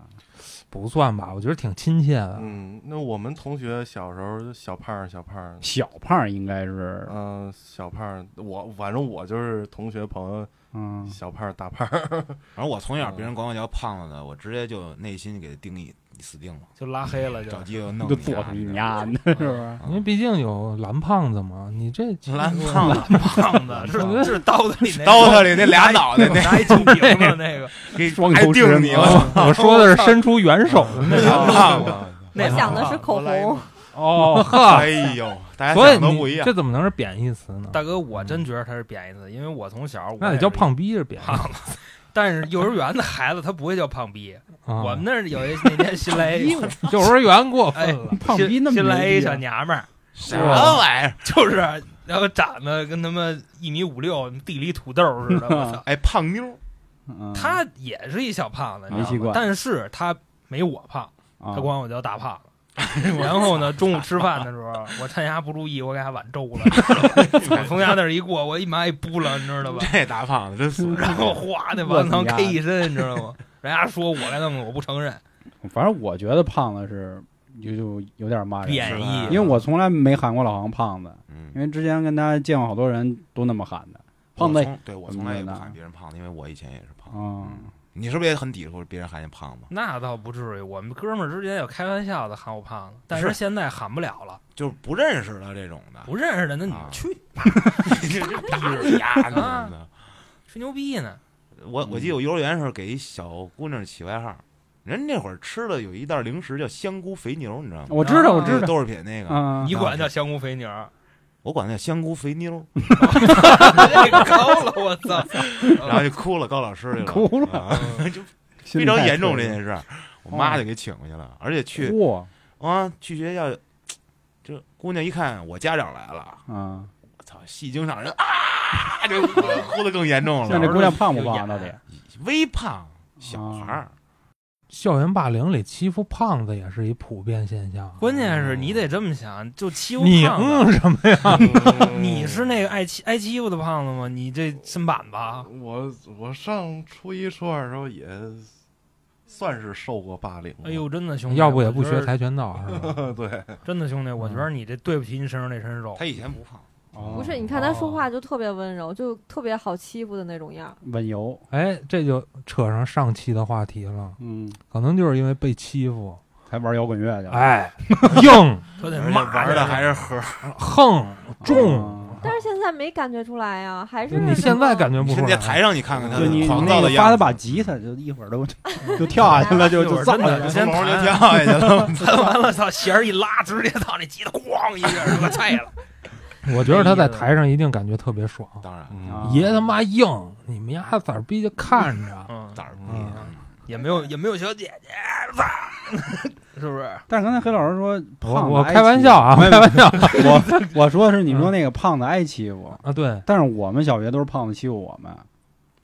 不算吧？我觉得挺亲切的。嗯，那我们同学小时候就小胖儿小胖儿，小胖应该是，嗯、小胖儿，我反正我就是同学朋友嗯，小胖儿大胖儿，反正我从小别人管我叫胖子的，我直接就内心给他定义你死定了，就拉黑了，就找机会弄就一做下你丫的，是不是？因为毕竟有蓝胖子嘛，你这蓝胖子，胖子 [laughs] 是 [laughs] 嗯是刀子里那刀子里那俩脑袋那拿一酒瓶子那 [laughs] 个给双还头狮定子你，啊我操我说的是伸出援手的 [laughs] 那蓝胖个。子，那我想的是口哆啦 A 红梦，哦 [laughs] 呵，哎呦，大家所以想的都不一你样这，怎么能是贬义词呢？大哥，我真觉得他是贬义词，因为我从小我那得也叫是胖逼是贬义。胖子，但是幼儿园的孩子他不会叫胖逼。啊我们那儿有一那天新来 [laughs] 一幼儿园过哎分了，胖逼新那么新牛来逼一啊小娘们儿，什么玩意儿？啊 [laughs] 就是然后长得跟他妈一米五六地里土豆似的，我操！哎，胖妞，嗯他也是一小胖子，你知没道习吗惯？但是他没我胖。啊他管我叫大胖子。 [laughs] 然后呢，中午吃饭的时候，我趁丫不注意，我给他碗粥了。 [laughs] 我从丫那儿一过，我一妈一扑棱，你知道吧？[laughs] [laughs] 这大胖子真损，然后哗，那丸子汤 K 一身，你知道吗？ [laughs] 人家说我该弄的，我不承认，反正我觉得胖子是就就有点骂人，贬义。因为我从来没喊过老王胖子，因嗯，为之前跟他见过好多人都那么喊的，胖我子从，对我从来也不怎么的喊别人胖子，因为我以前也是胖。啊，你是不是也很抵触别人喊你胖子？那倒不至于，我们哥们儿之间有开玩笑的喊我胖子，但是是现在喊不了了，就是不认识的这种的，不认识的那你啊去 [laughs] 打你丫啊的！吹牛逼呢， [laughs] 我我记得我幼儿园的时候给一小姑娘起外号，人那会儿吃的有一袋零食叫香菇肥牛，你知道吗？我知道，我啊知就是道，豆制品那个，啊你，管叫香菇肥牛儿，我管它叫香菇肥妞，嗯太高了，我操！然后就哭了，高老师去了，哭了啊，就非非常严重这件事儿，嗯我妈就给请过去了，而且去嚯啊去学校，这姑娘一看我家长来了，啊，我操，戏精上人啊， [laughs] 就哭的更严重那像这了，姑娘啊胖不胖啊到有底眼？微胖小孩儿，校园霸凌里欺负胖子也是一普遍现象。啊关键是你得这么想，就欺负你胖子嗯什么呀？你是那个爱欺爱欺负的胖子吗？你这身板吧，我我上初一初二的时候也算是受过霸凌。哎，呦，真的兄弟，要不也不我觉学得跆拳道是吧？对，真的兄弟，我觉得你这对不起你身上那身肉她。以前不胖，哦不是，你看他说话就特别温柔，就特别好欺负的那种样儿。稳油，哎，这就扯上上期的话题了，嗯，可能就是因为被欺负，才玩摇滚乐去了，哎，硬、他得而且骂玩的人还是盒儿，横、重。哦但是现在没感觉出来呀，还是你现在感觉不你啊现出在来，台上你看看嗯他对你狂你躁那个的发样他子，把吉他，就一会儿 [laughs] 都就跳下去了，就嗯一会就儿造真了。的，你先先毛就弹跳下去了。 [laughs] 弹完了，操，弦儿一拉，直接操那吉他咣一下就给菜了。我觉得他在台上一定感觉特别爽。当然，嗯啊爷他妈硬，你们丫崽儿逼就看着，嗯，当然不一嗯样。也没有也没有小姐姐，操，是不是？但是刚才黑老师说我胖子我挨开玩欺笑啊，负没开有没有玩笑 [laughs] 我说的是你说那个胖子挨欺负，啊，对，但是我们小学都是胖子欺负我们，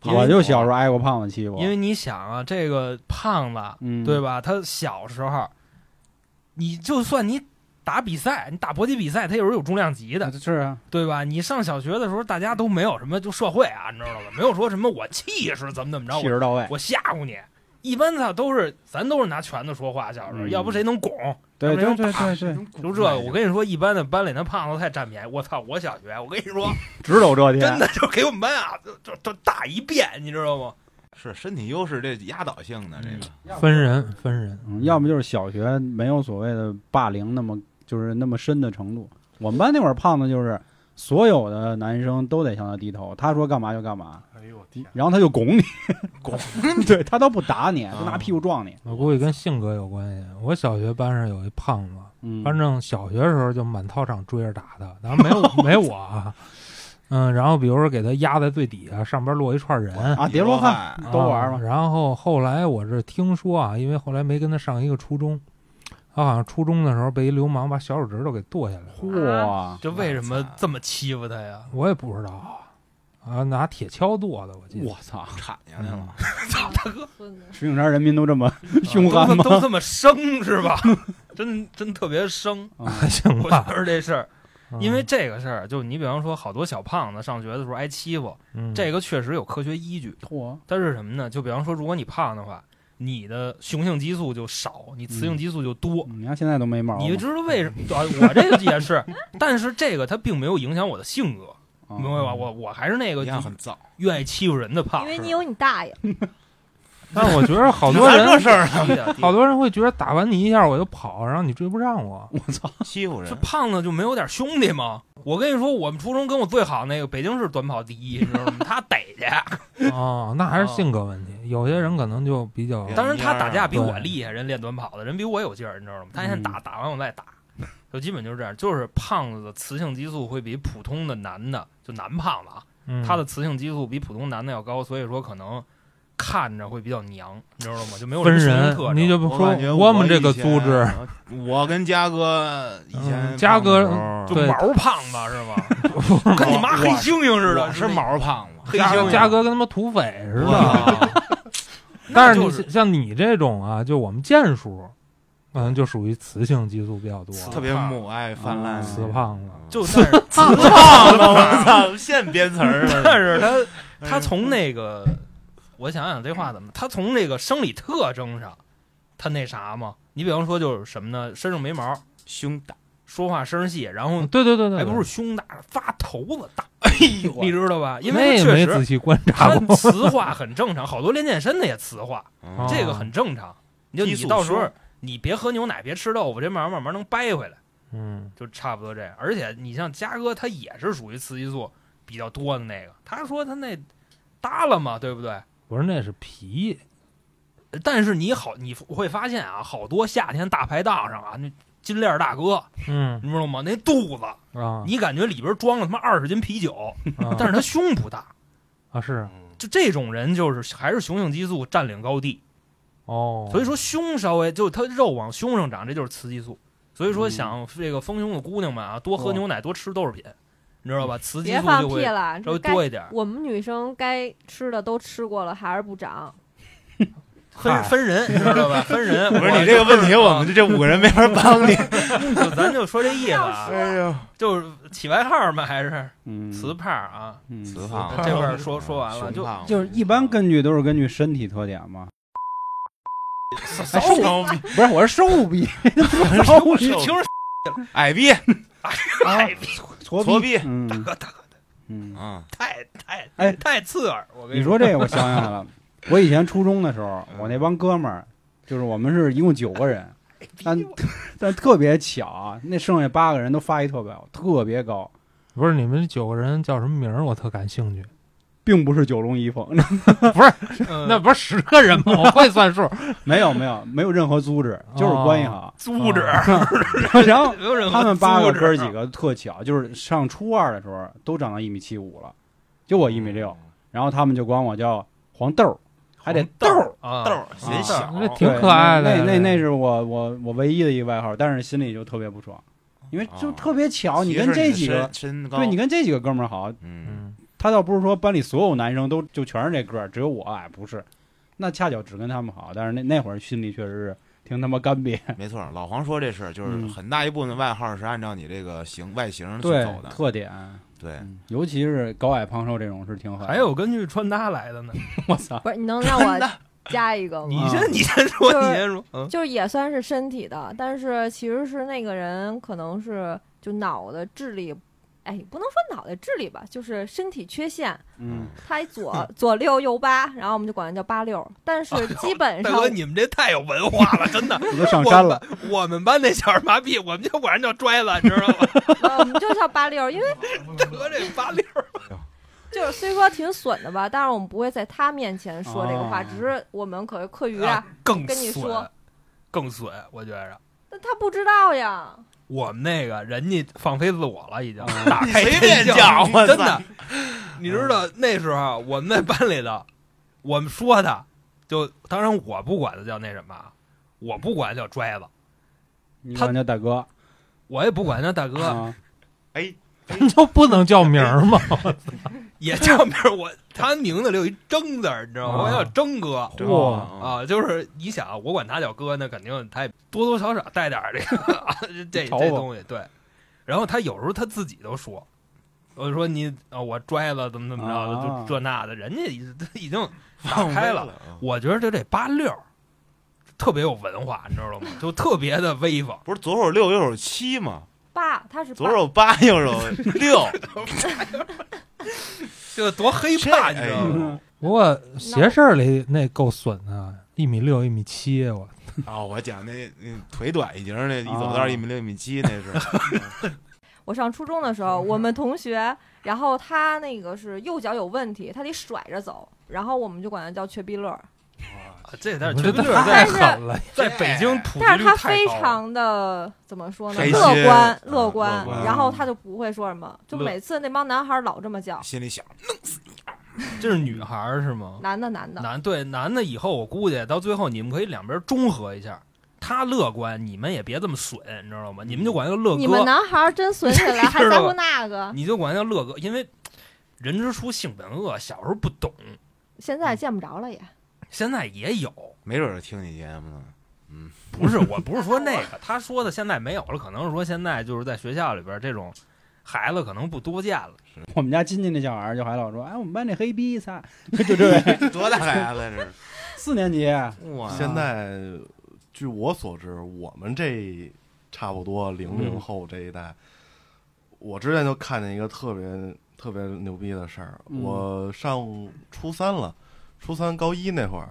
因为我就小时候挨过胖子欺负，因为你想啊，这个胖子，嗯对？吧？他小时候，你就算你打比赛，你打搏击比赛，他有时候有重量级的，是啊，对吧？你上小学的时候，大家都没有什么就社会啊，你知道吧？没有说什么我气势怎么怎么着，气我势到位，我吓唬你。一般的都是咱都是拿拳头说话，小时候，嗯要不谁能拱？对要不对对然对对，就这个，我跟你说，一般的班里那胖子太占便宜。我操！我小学，我跟你 [laughs] 说，直走这真天，的就给我们班啊，就就就打一遍，你知道吗？是身体优势这压倒性的这个，分人分人，嗯要么就是小学没有所谓的霸凌那么就是那么深的程度。我们班那会儿胖子就是所有的男生都得向他低头，他说干嘛就干嘛，哎呦我天，然后他就拱你，拱， [laughs] 对他都不打你，就拿屁股撞你。我估计跟性格有关系。我小学班上有一胖子，嗯，反正小学的时候就满操场追着打他，然后 [laughs] 没有没我啊，嗯，然后比如说给他压在最底下，上边落一串人，啊，叠罗汉都玩啊嘛，然后后来我是听说啊，因为后来没跟他上一个初中，他好像初中的时候被一流氓把小手指头给剁下来了，嚯，就为什么这么欺负他呀？我也不知道啊，啊，拿铁锹剁的，我记得。我操！铲下去了。操大哥，孙子石景山人民都这么 [laughs] 凶悍都这吗？都这么生是吧？ [laughs] 真真特别生，啊还行我觉吧，得这事儿，[laughs] 嗯因为这个事儿，就你比方说，好多小胖子上学的时候挨欺负，嗯这个确实有科学依据。嚯，但是什么呢？就比方说，如果你胖的话，你的雄性激素就少，你雌嗯性激素就多。你看现在都没毛你了，知道为 [laughs] 什么？啊，我这个也是，但是这个它并没有影响我的性格，啊明白嗯吧？我我还是那个一样很燥，愿意欺负人的胖因。为你有你大爷，但是我觉得好多人咋这事儿低点儿低点好儿多人会觉得打完你一下我就跑，然后你追不 [laughs] 上我。我操，欺负人这，胖子就没有点兄弟吗？我跟你说，我们初中跟我最好那个北京市短跑第一，你知道 [laughs] 吗？他逮去，哦，那还是性格问题。有些人可能就比较，当然他打架比我厉害，人练短跑的人比我有劲儿，你知道吗？他嗯先打，打完我再打，就基本就是这样。就是胖子的雌性激素会比普通的男的，就男胖子啊，嗯他的雌性激素比普通男的要高，所以说可能看着会比较娘，你知道吗？就没有什分么雄性特人，你征。就我感觉说我们这个组织，以前，我跟嘉哥以前嗯嘉哥就对毛胖子是吗？ [laughs] 跟你妈黑猩猩似的，我是那毛胖子，黑嘉猩哥猩嘉哥跟他妈土匪似的。啊。但是那就你是像你这种啊，就我们剑术，嗯，就属于雌性激素比较多，特别母爱泛滥，雌哎胖子。就但是胖子，我操，现编词儿了。 [laughs] 但是他他从那个，我想想这话怎么，他从那个生理特征上，他那啥嘛，你比方说就是什么呢？身上没毛，胸大，说话声细，然嗯后对对对对，还哎不对哎是胸大，发头子大，我 [laughs] 你知道吧？因那为也他确没仔实细观察他过。磁化很正常，好多练健身的也磁化，嗯啊这个很正常。你就激你素到时候胸你别喝牛奶，别吃豆腐，这慢慢慢慢能掰回来。嗯，就差不多这样。而且你像嘉哥，他也是属于雌激素比较多的那个。他说他那耷拉嘛，对不对？不是那是 [laughs] 皮，但是你好，你会发现啊，好多夏天大排档上啊，那金链大哥，嗯你知道吗？那肚子，啊，你感觉里边装了他妈二十斤啤酒，啊但是嗯他胸不 [laughs] 大。啊是就这种人，就是还是雄性激素占领高地，哦，所以说胸稍微就是他肉往胸上长，这就是雌激素。所以嗯说，想这个丰胸的姑娘们啊，多哦喝牛奶，多吃豆制品，你知道吧？雌激别素放就屁会了，稍这微该多一点。我们女生该吃的都吃过了，还是不长。分嗨分人，你知道吧？ [laughs] 分人。不我是你这个问就题，是我们这五个人没法帮你。就咱就说这意思啊，哎呦，就是起外号嘛，还是嗯，词牌啊？嗯雌胖这边儿说说完了，就就是一般根据都是根据身体特点嘛，哎 [laughs] 骚高不是，我是瘦逼，逼，听着矮逼，太逼，矬矬逼嗯大哥大哥，嗯，啊，太太哎太刺耳！我跟你说这个我想起来 [laughs] 了，我以前初中的时候，嗯我那帮哥们儿，就是我们是一共九个人，哎但 [laughs] 但特别巧啊，那剩下八个人都发育特别好，特别高，不是你们九个人叫什么名儿？我特感兴趣。并不是九龙 [laughs] 一凤，你说嗯那不是十个人吗？我 [laughs] 会算数。没有没有没有任何组织，就是关系好。组织，啊 [laughs] 然后啊没有哦 [laughs] 任何啊他们八个组织哥几个特巧，就是上初二的时候都长到一米七五了，就我一米嗯六，然后他们就管我叫黄豆儿，还得豆儿。啊豆儿啊显小，那挺对可爱那的那这个那是我我我唯一的一个外号，但是心里就特别不爽，因为就啊特别巧，你歧视跟这的几个身，身高，对你跟这几个哥们儿好，嗯，嗯，他倒不是说班里所有男生都就全是这个儿，只有我哎不是，那恰巧只跟他们好，但是那那会儿心里确实是挺他妈干瘪，没错。老黄说这事儿就是嗯很大一部分外号是按照你这个形外形去对走的，特点，对，嗯尤其是高矮胖瘦这种是挺狠的。还有根据穿搭来的呢。我操，不是，你能让我加一个吗？你先你先说，啊就是你先说，嗯，就是也算是身体的，但是其实是那个人可能是就脑的智力，哎，也不能说脑袋智力吧，就是身体缺陷，嗯，他左左六右八，然后我们就管他叫八六，但是基本哎大上哥，你们这太有文化了，真的。我嗯都上山 [laughs] 了，我们班那小儿麻痹，我们就管人叫拽子，你知道吗？呃我们就叫八六，因为得这八六，就是虽说挺损的吧，但是我们不会在他面前说这个话，哦只是我们可是课余啊，更跟你损说，更损，我觉着。但他不知道呀。我们那个人家放飞自我了，已经啊打开你嗯随天便叫我真操嗯的。你知道那时候我们在班里的，我们说他，就当然我不管他叫那什么啊，我不管他叫拽子，你管叫大哥，我也不管他叫大嗯哥，啊，就不能叫名儿 [laughs] 吗？也叫名儿我他名字里有一争字儿，你知道吗？嗯啊我叫征哥。真的哇啊啊，就是你想，我管他叫哥，那肯定他也多多少少带点儿这个啊 [laughs] 这嘲讽这东西。对，然后他有时候他自己都说，我就说你啊，我拽了怎么怎么着的，啊就这那的，人家已都已经 [laughs] 放开了了，啊我觉得就这八六儿特别有文化，你知道吗？就特别的威风。不是左手六右手七吗？八，他是左八手八 [laughs] 右手六，就多黑怕，你这知道 [laughs] 哎吗？呦嗯不过斜视里那够损啊，一米六一米七，我啊，我讲那那腿短一截儿那一走啊道儿一米六一米七那是，我上初中的时候，我们同学，然后他那个是右脚有问题，他得甩着走，然后我们就管他叫瘸逼乐儿。啊这有点你们绝这对太在狠了。在北京普及但是率他太非高了。常的怎么说呢？开乐心观，嗯乐观乐观。然后他就不会说什么，就乐每次那帮男孩儿老这么叫，心里想这是女孩儿是吗？男的男的。男对男的以后，我估计到最后你们可以两边中和一下，他乐观，你们也别这么损，你知道吗？你们就管他叫乐你们哥，男孩儿真损起来知道还在吧乎那个，你就管他叫乐哥，因为人之初性本恶，小时候不懂，现在见不着了也。现在也有。没准儿听你节目呢，嗯 [laughs] 不是，我不是说那个，他说的现在没有了，可能是说现在就是在学校里边这种孩子可能不多见了。我们家亲戚那小孩儿就还老说，哎，我们班那黑逼仨，就这位多大孩子 [laughs] 这是？四年级，哇，啊现在，据我所知，我们这差不多零零后这一代，我之前就看见一个特别特别牛逼的事儿。嗯我上初三了，初三高一那会儿，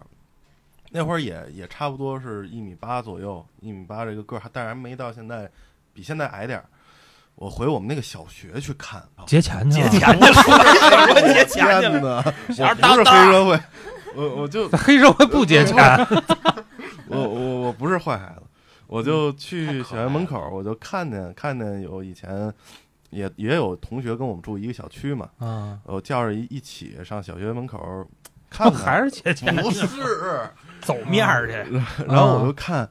那会儿也也差不多是一米八左右，一米八这个个儿，但是还没到现在，比现在矮点儿。我回我们那个小学去看，啊节前去节了，前去了，我节前 [laughs] 去天了，哪！小我孩不是当当黑社会，我我就 [laughs] 黑社会不节前，我我我不是坏孩子，我就去小学门口，我就看见看见有以前也也有同学跟我们住一个小区嘛，嗯，我叫着一一起上小学门口看哦不看，还是节前？不是？走面儿去。然后我啊就看，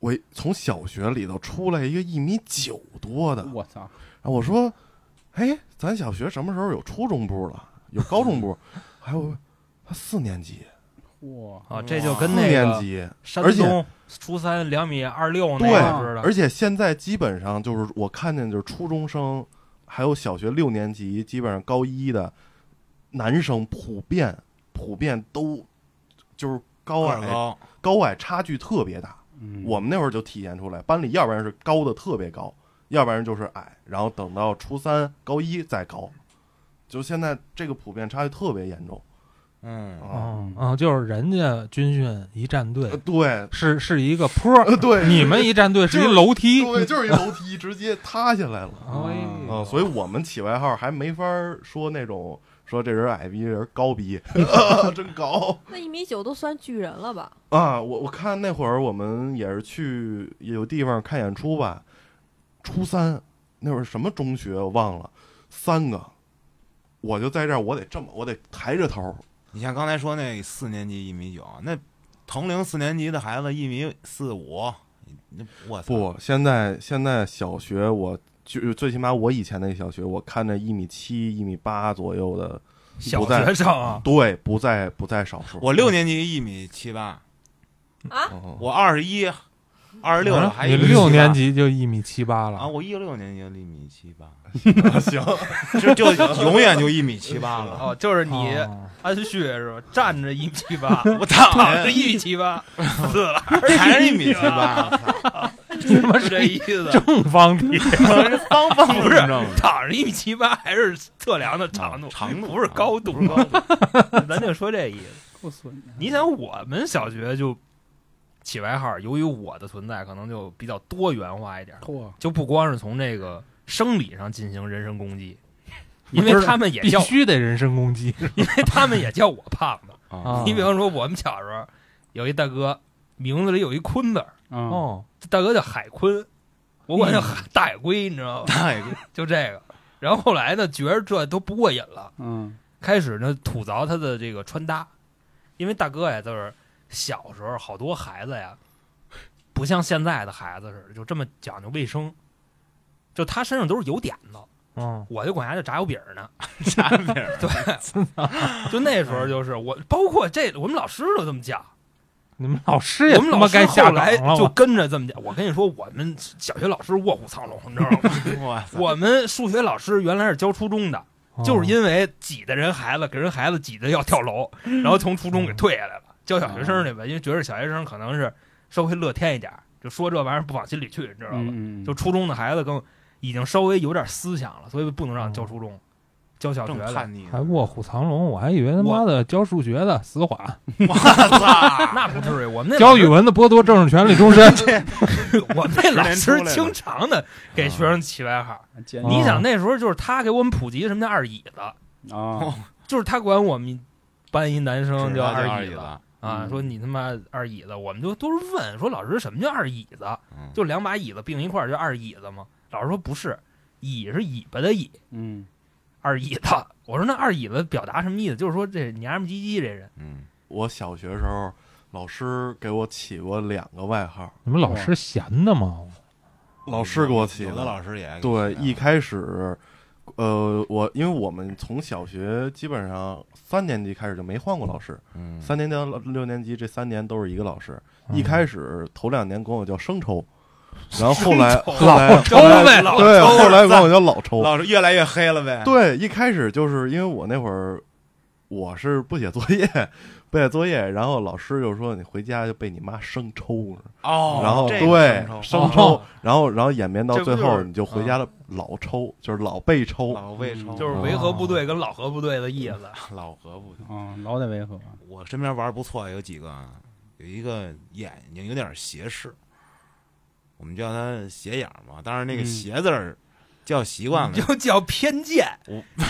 我从小学里头出来一个一米九多的，我操，然后我说，哎，咱小学什么时候有初中部了？有高中部？ [laughs] 还有他四年级，哇，啊，这就四跟那年个级，山而且东初三两米二六那对个似啊的，而且现在基本上就是我看见就是初中生，还有小学六年级，基本上高一的男生普遍普遍都就是高个儿矮高，高矮差距特别大。嗯我们那会儿就体现出来，班里要不然是高的特别高，要不然就是矮，然后等到初三、高一再高。就现在这个普遍差距特别严重嗯，啊！啊，就是人家军训一站队呃对， [laughs] 是是一个 [laughs] 坡儿，呃对，你们一站队是一楼梯。对，就是一楼梯直接塌下来了。哎啊，呦所以我们起外号还没法儿说那种说这人矮逼，人高逼，真高那一米九都算巨人了吧？啊！我我看那会儿我们也是去有地方看演出吧，初三那会儿什么中学我忘了，三个，我就在这儿，我得这么，我得抬着头，你像刚才说那四年级一米九，那同龄四年级的孩子一米四五，那我操，不，现在现在小学我就最起码我以前那个小学，我看着一米七、一米八左右的，小不在学生啊，对，不在不在少数。我六年级一米七八，嗯我二十一、二十六了，还你一米啊六78年级就一米七八啊？了，我一六年级就一米七八，行，就就永远就一米七八了。哦，就是你 [laughs] 哦安旭是吧？站着一米七 [laughs] 八，我操，躺着一米七 [laughs] 八，死了还是一啊米七八，啊我操他妈是这意思。正方体方方不正是正的。躺着一米七八还是测量的长度，长度不是高度， [laughs] 咱就说这意思。够损的。你想，我们小学就起外号，由于我的存在，可能就比较多元化一点，嚯，就不光是从这个生理上进行人身攻击，你因为知道他们也必叫，须得人身攻击因为他们也叫我胖子。啊！ [laughs] 你比方说，我们小时候有一大哥，名字里有一“坤”字儿，哦，哦，这大哥叫海坤，我管他叫海嗯 [laughs] 大海龟，你知道吗？太就这个。然后后来呢，觉着这都不过瘾了。嗯，开始呢吐槽他的这个穿搭，因为大哥呀，就是小时候好多孩子呀，不像现在的孩子似的，就这么讲究卫生，就他身上都是油点子，嗯，我就管他叫炸油饼呢。差点儿对， [laughs] 就那时候就是我，包括这我们老师都这么讲，你们老师也我他们妈老师该下后岗来了就吧，跟着这么讲。我跟你说，我们小学老师卧虎藏龙，你知道 [laughs] 吗？我操，我们数学老师原来是教初中的。哦就是因为挤的人孩子，给人孩子挤的要跳 [laughs] 楼，然后从初中给退下来了，教小学哦生去吧，因为觉得小学生可能是稍微乐天一点儿，就说这玩意儿不往心里去，你知道吧？嗯，嗯就初中的孩子更已经稍微有点思想了，所以不能哦让教初中、教小学正的。叛逆呢，还卧虎藏龙，我还以为他妈的教数学的 [laughs] 死缓，我操，那不至于，我们那教老语师，文的剥夺政治权利终身。我 [laughs] 们那老十年师出来的经常的给学嗯生起外号。简你哦想那时候就是他给我们普及什么叫二椅子，啊，就是他管我们班一男生知叫道就二二椅椅子。子，啊，嗯说你他妈二椅子，我们就都是问说老师什么叫二椅子？嗯就两把椅子并一块儿叫二椅子吗？老师说不是，椅是尾巴的椅，嗯，二椅子。我说那二椅子表达什么意思？就是说这娘们唧唧这人，嗯，我小学时候，老师给我起过两个外号， [laughs] 你们老师闲的吗？老师给我起有的老师也对，一开始，呃，我因为我们从小学基本上三年级开始就没换过老师，嗯三年级到六年级这三年都是一个老师。嗯一开始头两年管我叫生抽，然后 [laughs] 后来后老来周呗，老对，抽后来管我叫老抽。老师越来越黑了呗，对，一开始就是因为我那会儿我是不写作业， [laughs] 不写作业，然后老师就说你回家就被你妈生抽了，哦，然后这个对承受生抽，然后然后演变到这不最就是后你就回家了老抽，就是老被抽，老魏抽就是维和部队跟老和部队的意嗯思。老何不行。啊，老得 [laughs] 维和，我身边玩儿不错有几个啊，有一个眼睛有点斜视，我们叫他斜眼儿嘛，当然那个嗯斜字儿叫习惯了，就叫偏见，我 [laughs]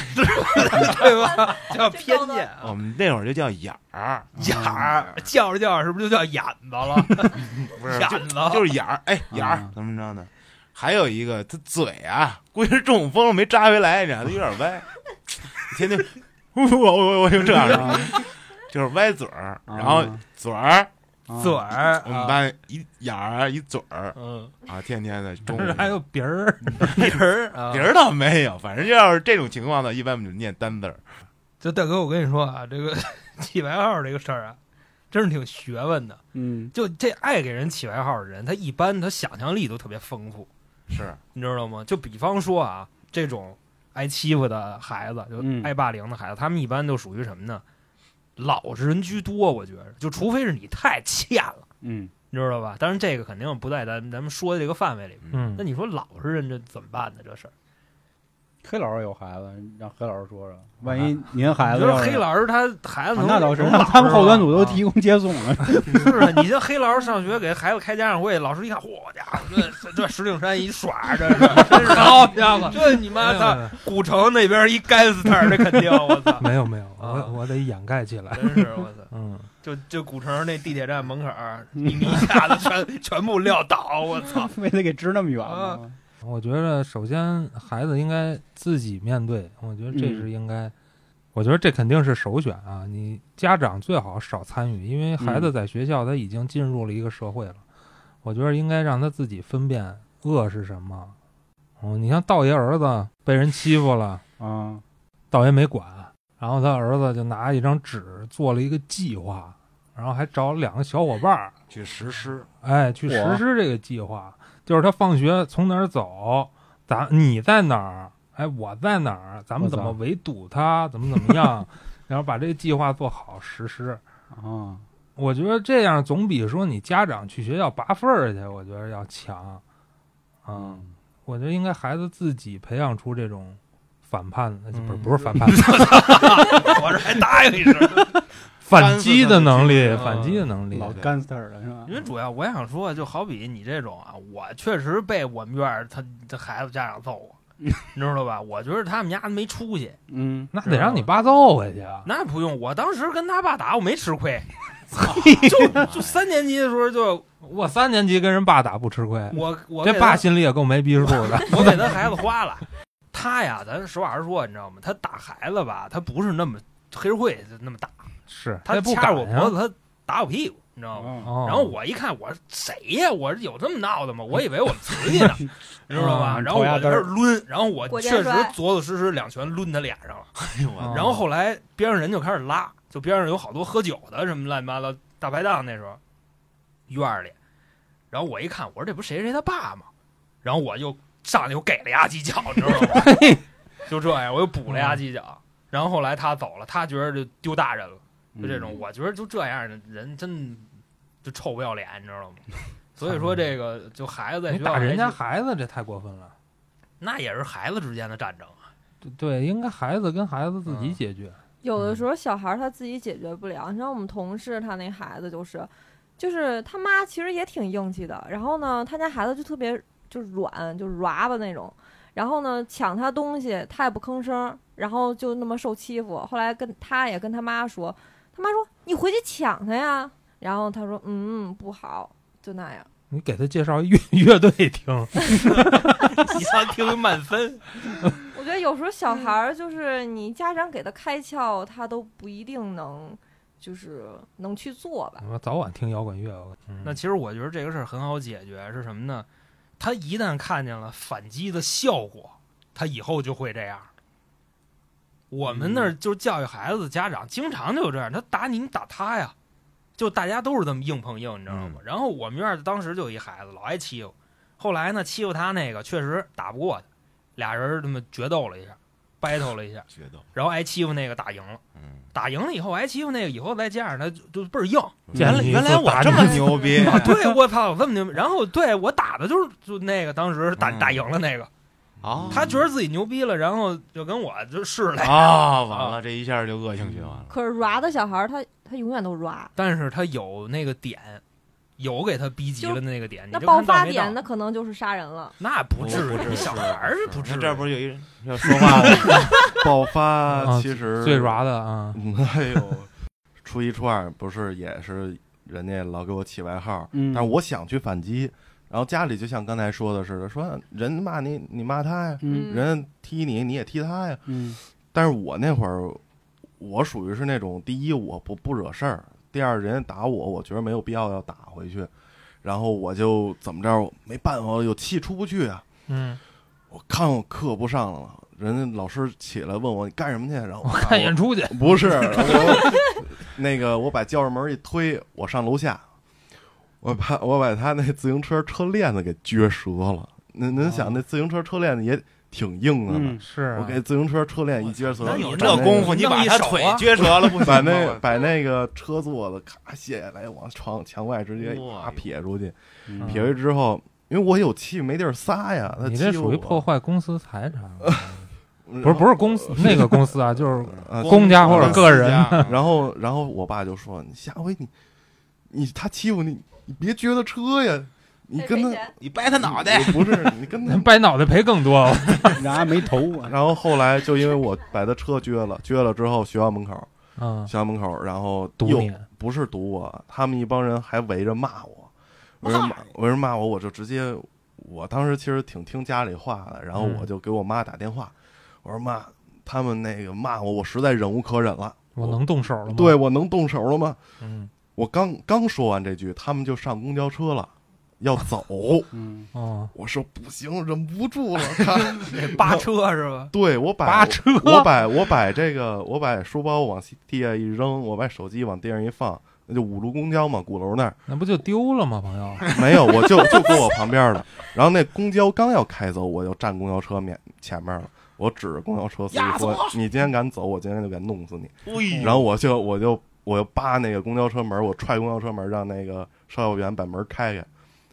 对吧？叫偏见啊， [laughs] 我们那会儿就叫眼儿，眼嗯儿叫着叫着是不是就叫眼子 [laughs] 了？不是眼嗯就子就是眼儿，哎眼儿啊怎么着呢？还有一个他嘴啊，估计是中风了没扎回来，你看他有点歪，天天我我我就这样 [laughs] 的，啊就是歪嘴儿，然后嘴儿，啊嘴儿，我嗯们啊班一眼儿啊一嘴儿嗯，啊，天天的 [laughs] 中不午是还有别儿， [laughs] 鼻儿啊，别人倒没有，反正要是这种情况呢，一般我们就念单字儿。就大哥，我跟你说啊，这个 [laughs] 起外号这个事儿啊，真是挺学问的。嗯，就这爱给人起外号的人，他一般他想象力都特别丰富，是，你知道吗？就比方说啊，这种挨欺负的孩子，就嗯挨霸凌的孩子，他们一般都属于什么呢？老实人居多，我觉着，就除非是你太欠了，嗯，你知道吧？当然这个肯定不在咱咱们说的这个范围里边。嗯那，你说老实人这怎么办呢？这事儿，黑老师有孩子，让黑老师说说，万一您孩啊你子说要是黑老师他孩子啊能那倒是，能那老啊他们实后端吗组都提供接送了。 [laughs] 是啊，你这黑老师上学给孩子开家长会，老师一看，嚯家伙，这这石景山一耍，这是真是好家伙这你哎妈操，哎古城那边一干死他，这肯定，我操， [laughs] 没有没有，啊我我得掩盖起来。真是我操，嗯，就就古城那地铁站门口儿， [laughs] 你们一下子全全部撂倒，我操，非得给支那么远啊吗？我觉得首先孩子应该自己面对，我觉得这是应该，我觉得这肯定是首选啊。你家长最好少参与，因为孩子在学校他已经进入了一个社会了，我觉得应该让他自己分辨恶是什么。哦，你像道爷儿子被人欺负了，啊，道爷没管，然后他儿子就拿一张纸做了一个计划，然后还找两个小伙伴儿去实施，哎，去实我施这个计划，就是他放学从哪儿走，咱你在哪儿，哎，我在哪儿，咱们我操怎么围堵他，怎么怎 [laughs] 么样，然后把这个计划做好实施。啊，我觉得这样总比说你家长去学校拔分儿去，我觉得要强。嗯，我觉得应该孩子自己培养出这种反叛，呃不是嗯不是反 [laughs] 叛， [laughs] 我这还答应一声。反击的能力，嗯反击的能力。老对 gangster 了是吧因？为主要我也想说，就好比你这种啊，我确实被我们院儿他这孩子家长揍 [laughs] 过，你知道吧？我觉得他们家没出息，嗯，那得让你爸揍回去啊！那不用，我当时跟他爸打，我没吃 [laughs] 亏。就就三年级的时候就，我三年级跟人爸打不吃亏，我我这给爸他心里也够没逼数的。 [laughs] 我给他孩子花了。他呀，咱实话实说，你知道吗？他打孩子吧，他不是那么黑社会那么打，是，他也不掐着敢我呀脖。子，他打我屁股，你知道吗？啊，哦、然后我一看，我说谁呀？我有这么闹的吗？我以为我们瓷 [laughs] 去呢，你知道啊吧？嗯然后我头就压开根始儿抡，然后我过肩确实摔左左实实两拳抡他脸上了。哦，然后后来边上人就开始拉，就边上有好多喝酒的什么乱七八糟大排档那时候院儿里，然后我一看，我说这不谁谁他爸吗？然后我就上去我给了丫几脚，你知道吗？ [laughs] 就这样，我又补了嗯丫几脚。然后后来他走了，他觉得就丢大人了，嗯就这嗯种。我觉得就这样的人真就臭不要脸，你知 [laughs] 道吗？所以说这个就孩子在你学校打人家还是孩子，这太过分了。那也是孩子之间的战争啊。对对，应该孩子跟孩子自己嗯解决。有的嗯时候小孩儿他自己解决不了，你知道我们同事他那孩子就是，就是他妈其实也挺硬气的，然后呢，他家孩子就特别就软，就软吧那种，然后呢抢他东西他也不吭声儿，然后就那么受欺负。后来跟他也跟他妈说，他妈说你回去抢他呀，然后他说嗯不好，就那样。你给他介绍一乐 [laughs] 乐队听，你像听曼 [laughs] 森，我觉得有时候小孩儿就是你家长给他开窍，他都不一定能就是能去做吧。我早晚听摇滚乐。我嗯那其实我觉得这个事儿很好解决，是什么呢？他一旦看见了反击的效果，他以后就会这样。我们那儿就是教育孩子的家长，经常就有这样，他打你，你打他呀，就大家都是这么硬碰硬，你知道吗？然后我们院儿当时就有一孩子老挨欺负，后来呢，欺负他那个确实打不过他，俩人他妈决斗了一下，battle 了一下，决斗，然后挨欺负那个打赢了，嗯，打赢了以后挨欺负那个以后再加上他就就倍儿硬，嗯见你一次打你牛 [laughs] 逼啊，对， [laughs] 我操，这么牛！然后对我打的就是就那个，当时打嗯打赢了那个， [laughs] 啊！他觉得自己牛逼了，然后就跟我就试了，啊，完了，这一下就恶性循环了。可是 ra 的小孩儿，他他永远都 ra。但是他有那个点，有给他逼急了那个点，你那就爆看到发没点，到那可能就是杀人了。那不至不不于，至于你小孩儿是不至那于，这不是有一人 [laughs] 要说话了？爆啊发其实最软的啊，嗯哎呦，初一初二不是也是人家老给我起外号， [laughs] 嗯，但是我想去反击，然后家里就像刚才说的似的，说人骂你你骂他呀，嗯人踢你你也踢他呀。嗯但是我那会儿，我属于是那种第一我不不惹事儿，第二人家打我，我觉得没有必要要打回去，然后我就怎么着没办法，我有气出不去啊，嗯，我看我课不上了。人家老师起来问我你干什么去，然后 [laughs] 啊我哎看演出去。不是，我那个我把教室门一推，我上楼下，我把我把他那自行车车链子给撅折了。您您哦想，那自行车车链子也挺硬的呢。嗯，是啊我给自行车车链一撅那折，有这把这那功夫，你弄把一他手腿啊撅折了不行 [laughs] 把吗？那把那个车座子咔卸下来，往床墙外直接哇啪撇出去，嗯撇出去之后，因为我有气没地儿撒呀，他你这欺负属于我破，坏公司财产了， [laughs] 不不是不是公 [laughs] 司那个公司啊，就是呃公家或者个人。啊然然后然后我爸就说：“你下回你你他欺负你，你别撅他车呀，你跟他哎你掰他脑袋，不是 [laughs] 你跟他掰脑袋赔更多。然后没头啊，然后后来就因为我把他车撅了，撅了之后学校门口，嗯，学校门口，然后赌又你，不是堵我，他们一帮人还围着骂我，围着骂，啊围着骂我，我就直接，我当时其实挺听家里话的，然后嗯我就给我妈打电话，我说妈，他们那个骂我，我实在忍无可忍了，我能动手了吗？对，我能动手了吗？嗯，我刚刚说完这句，他们就上公交车了，要走， [laughs] 嗯，哦，我说不行，忍不住了，看， [laughs] 扒车是吧？ [laughs] 对我 [laughs] 把扒车我把我把这个我把书包往地下一扔，我把手机往地上一放，那就五路公交嘛，鼓楼那儿。那不就丢了吗，朋 [laughs] 友？没有，我就就搁我旁边了。然后那公交刚要开走，我就站公交车面前面了。我指着公交车司机压死说我：“你今天敢走，我今天就敢弄死你。哎”然后我就我就我就扒那个公交车门，我踹公交车门，让那个售票员把门开开。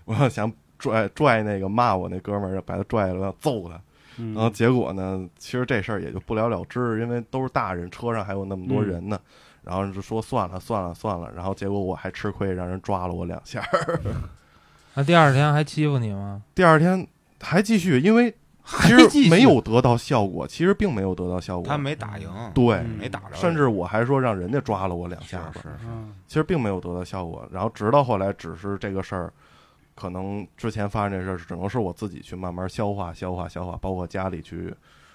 我要想拽拽那个骂我那哥们儿，把他拽了，要揍他。嗯然后结果呢，其实这事儿也就不了了之，因为都是大人，车上还有那么多人呢。然后就说算了算了算了，然后结果我还吃亏，让人抓了我两下。那第二天还欺负你吗？第二天还继续，因为其还继续实没有得到效果，其实并没有得到效果。他没打赢，对，嗯没打着，甚至我还说让人家抓了我两是下是子，是，嗯其实并没有得到效果。然后直到后来，只是这个事儿，可能之前发生这事儿，只能是我自己去慢慢消化、消化、消化，包括家里去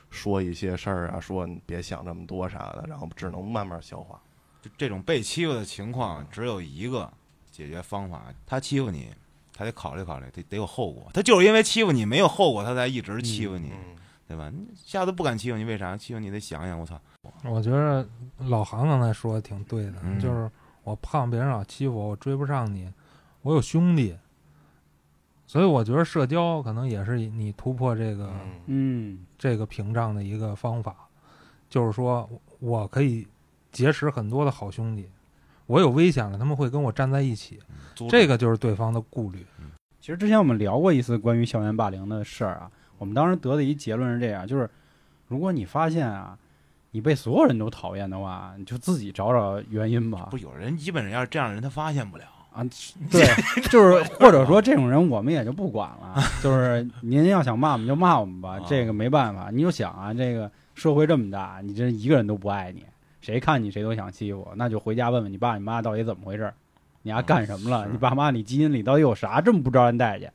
说一些事儿啊，说你别想这么多啥的，然后只能慢慢消化。就这种被欺负的情况只有一个解决方法，他欺负你，他得考虑考虑，得得有后果。他就是因为欺负你没有后果，他才一直欺负你，嗯，对吧？你下次不敢欺负你，为啥？欺负你得想想，我操，我觉得老韩刚才说的挺对的，嗯就是我胖，别人老欺负我，我追不上你，我有兄弟，所以我觉得社交可能也是你突破这个、嗯这个屏障的一个方法，就是说我可以结识很多的好兄弟，我有危险了，他们会跟我站在一起，租这个就是对方的顾虑。其实之前我们聊过一次关于校园霸凌的事儿啊，我们当时得的一结论是这样，就是如果你发现啊，你被所有人都讨厌的话，你就自己找找原因吧不。有人基本上要是这样的人，他发现不了。啊，对，就是 [laughs] 或者说这种人我们也就不管了，就是您要想骂我们就骂我们吧啊，这个没办法。你就想啊，这个社会这么大，你这一个人都不爱你，谁看你谁都想欺负，那就回家问问你爸你妈到底怎么回事儿，你丫、干什么了？啊是你爸妈你基因里到底有啥这么不招人待见？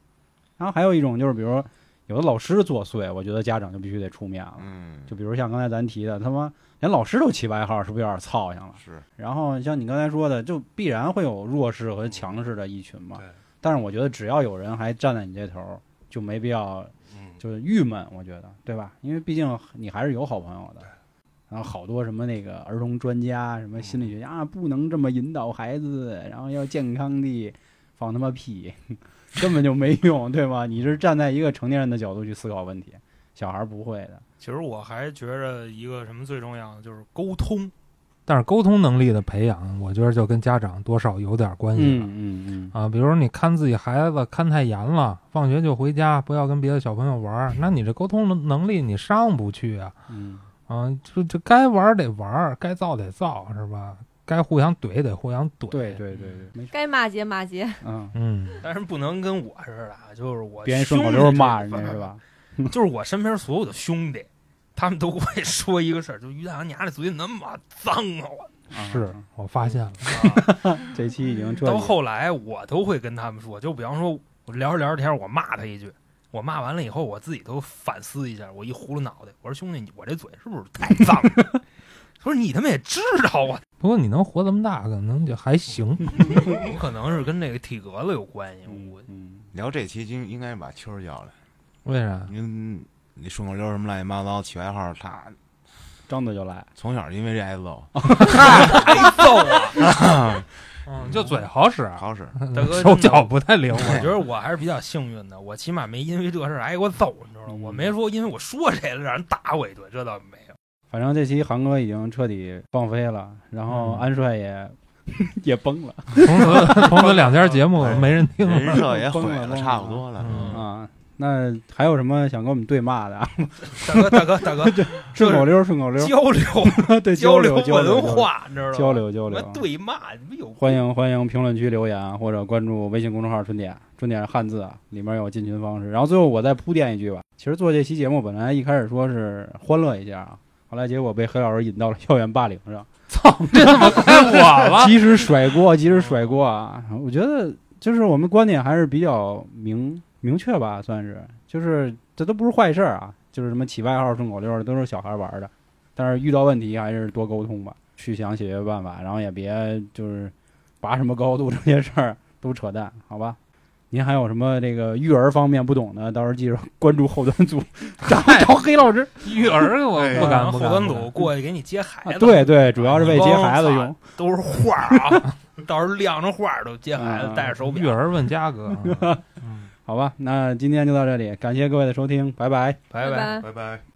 然后还有一种就是，比如有的老师作祟，我觉得家长就必须得出面了。嗯，就比如像刚才咱提的，他妈连老师都起外号，是不是有点操性了？是然后像你刚才说的，就必然会有弱势和强势的一群嘛嗯对。但是我觉得只要有人还站在你这头儿，就没必要嗯，就是郁闷，我觉得对吧？因为毕竟你还是有好朋友的。然后好多什么那个儿童专家、什么心理学家、啊，不能这么引导孩子，然后要健康的，放他妈屁， [laughs] 根本就没用，对吧？你是站在一个成年人的角度去思考问题，小孩儿不会的。其实我还觉着一个什么最重要的就是沟通，但是沟通能力的培养，我觉得就跟家长多少有点关系了。嗯嗯啊，比如你看自己孩子看太严了，放学就回家，不要跟别的小朋友玩儿，那你这沟通能能力你上不去啊嗯啊！就这该玩儿得玩儿，该造得造是吧？该互相怼得互相怼。嗯，对，对对对，没错，该骂街骂街，嗯，嗯，但是不能跟我似的啊，就是我别人顺口兄弟溜儿这骂人个家是吧？就是我身边所有的兄弟，他们都会说一个事儿，就于大阳，你丫这嘴怎么那么脏啊！我是嗯我发现了，操这期已经彻底到后来我都会跟他们说，就比方说我聊着聊着天，我骂他一句，我骂完了以后，我自己都反思一下，我一葫芦脑袋，我说兄弟，你我这嘴是不是太脏了？ [laughs] 他说你他妈也知道啊，不过你能活这么大，可能就还行。有可能是跟这个体格子有关系，我嗯聊这期应应该把秋儿叫来，为啥？您你顺口溜什么乱七八糟起外号，他张嘴就来， [laughs] 从小因为这挨揍，挨揍啊！嗯，就嘴好 [laughs] 使，啊好 [laughs] 使，大哥真的手脚不 [laughs] 太 [laughs] 灵活。啊我觉得我还是比较幸运的，我起码没因为这事儿挨过揍，你知道吗？嗯我没说因为我说谁了让人打我一顿，这倒没有。反正这期韩哥已经彻底放飞了，然后嗯安帅也、 [laughs] 也崩了从此从此两家节目没人听了。人设也毁崩了崩了，了差不多了。嗯啊。那还有什么想跟我们对骂的 [laughs] 啊？大哥，大哥，大 [laughs] 哥，顺口溜儿，顺口溜儿，交流对，交 [laughs] 交流交流文，化，你知道吗？交流交什么流。对骂，你们有欢迎欢迎评论区留言啊，或者关注微信公众号“春点”，春点是汉字啊，里面有进群方式。然后最后我再铺垫一句吧，其实做这期节目本来一开始说是欢乐一下啊，后来结果被黑老师引到了校园霸凌上。这怎么怪我 [laughs] 了？及时甩锅，及时甩锅啊！我觉得就是我们观点还是比较明明确吧，算是，就是这都不是坏事儿啊，就是什么起外号、顺口溜儿都是小孩玩儿的，但是遇到问题还是多沟通吧，去想解决办法，然后也别就是拔什么高度这些事儿 [laughs] 都扯淡，好吧？您还有什么这个育儿方面不懂的，到时候记着关注后端组，找找黑老师。育儿我哎不敢后不敢。端不组敢过去给你接孩啊子，对，对，主要是为接孩子一帮用。都是画儿啊， [laughs] 到时候晾着画儿都接孩子嗯，戴着手育表，儿问嘉哥，嗯好吧，那今天就到这里，感谢各位的收听，拜拜。拜拜。拜拜。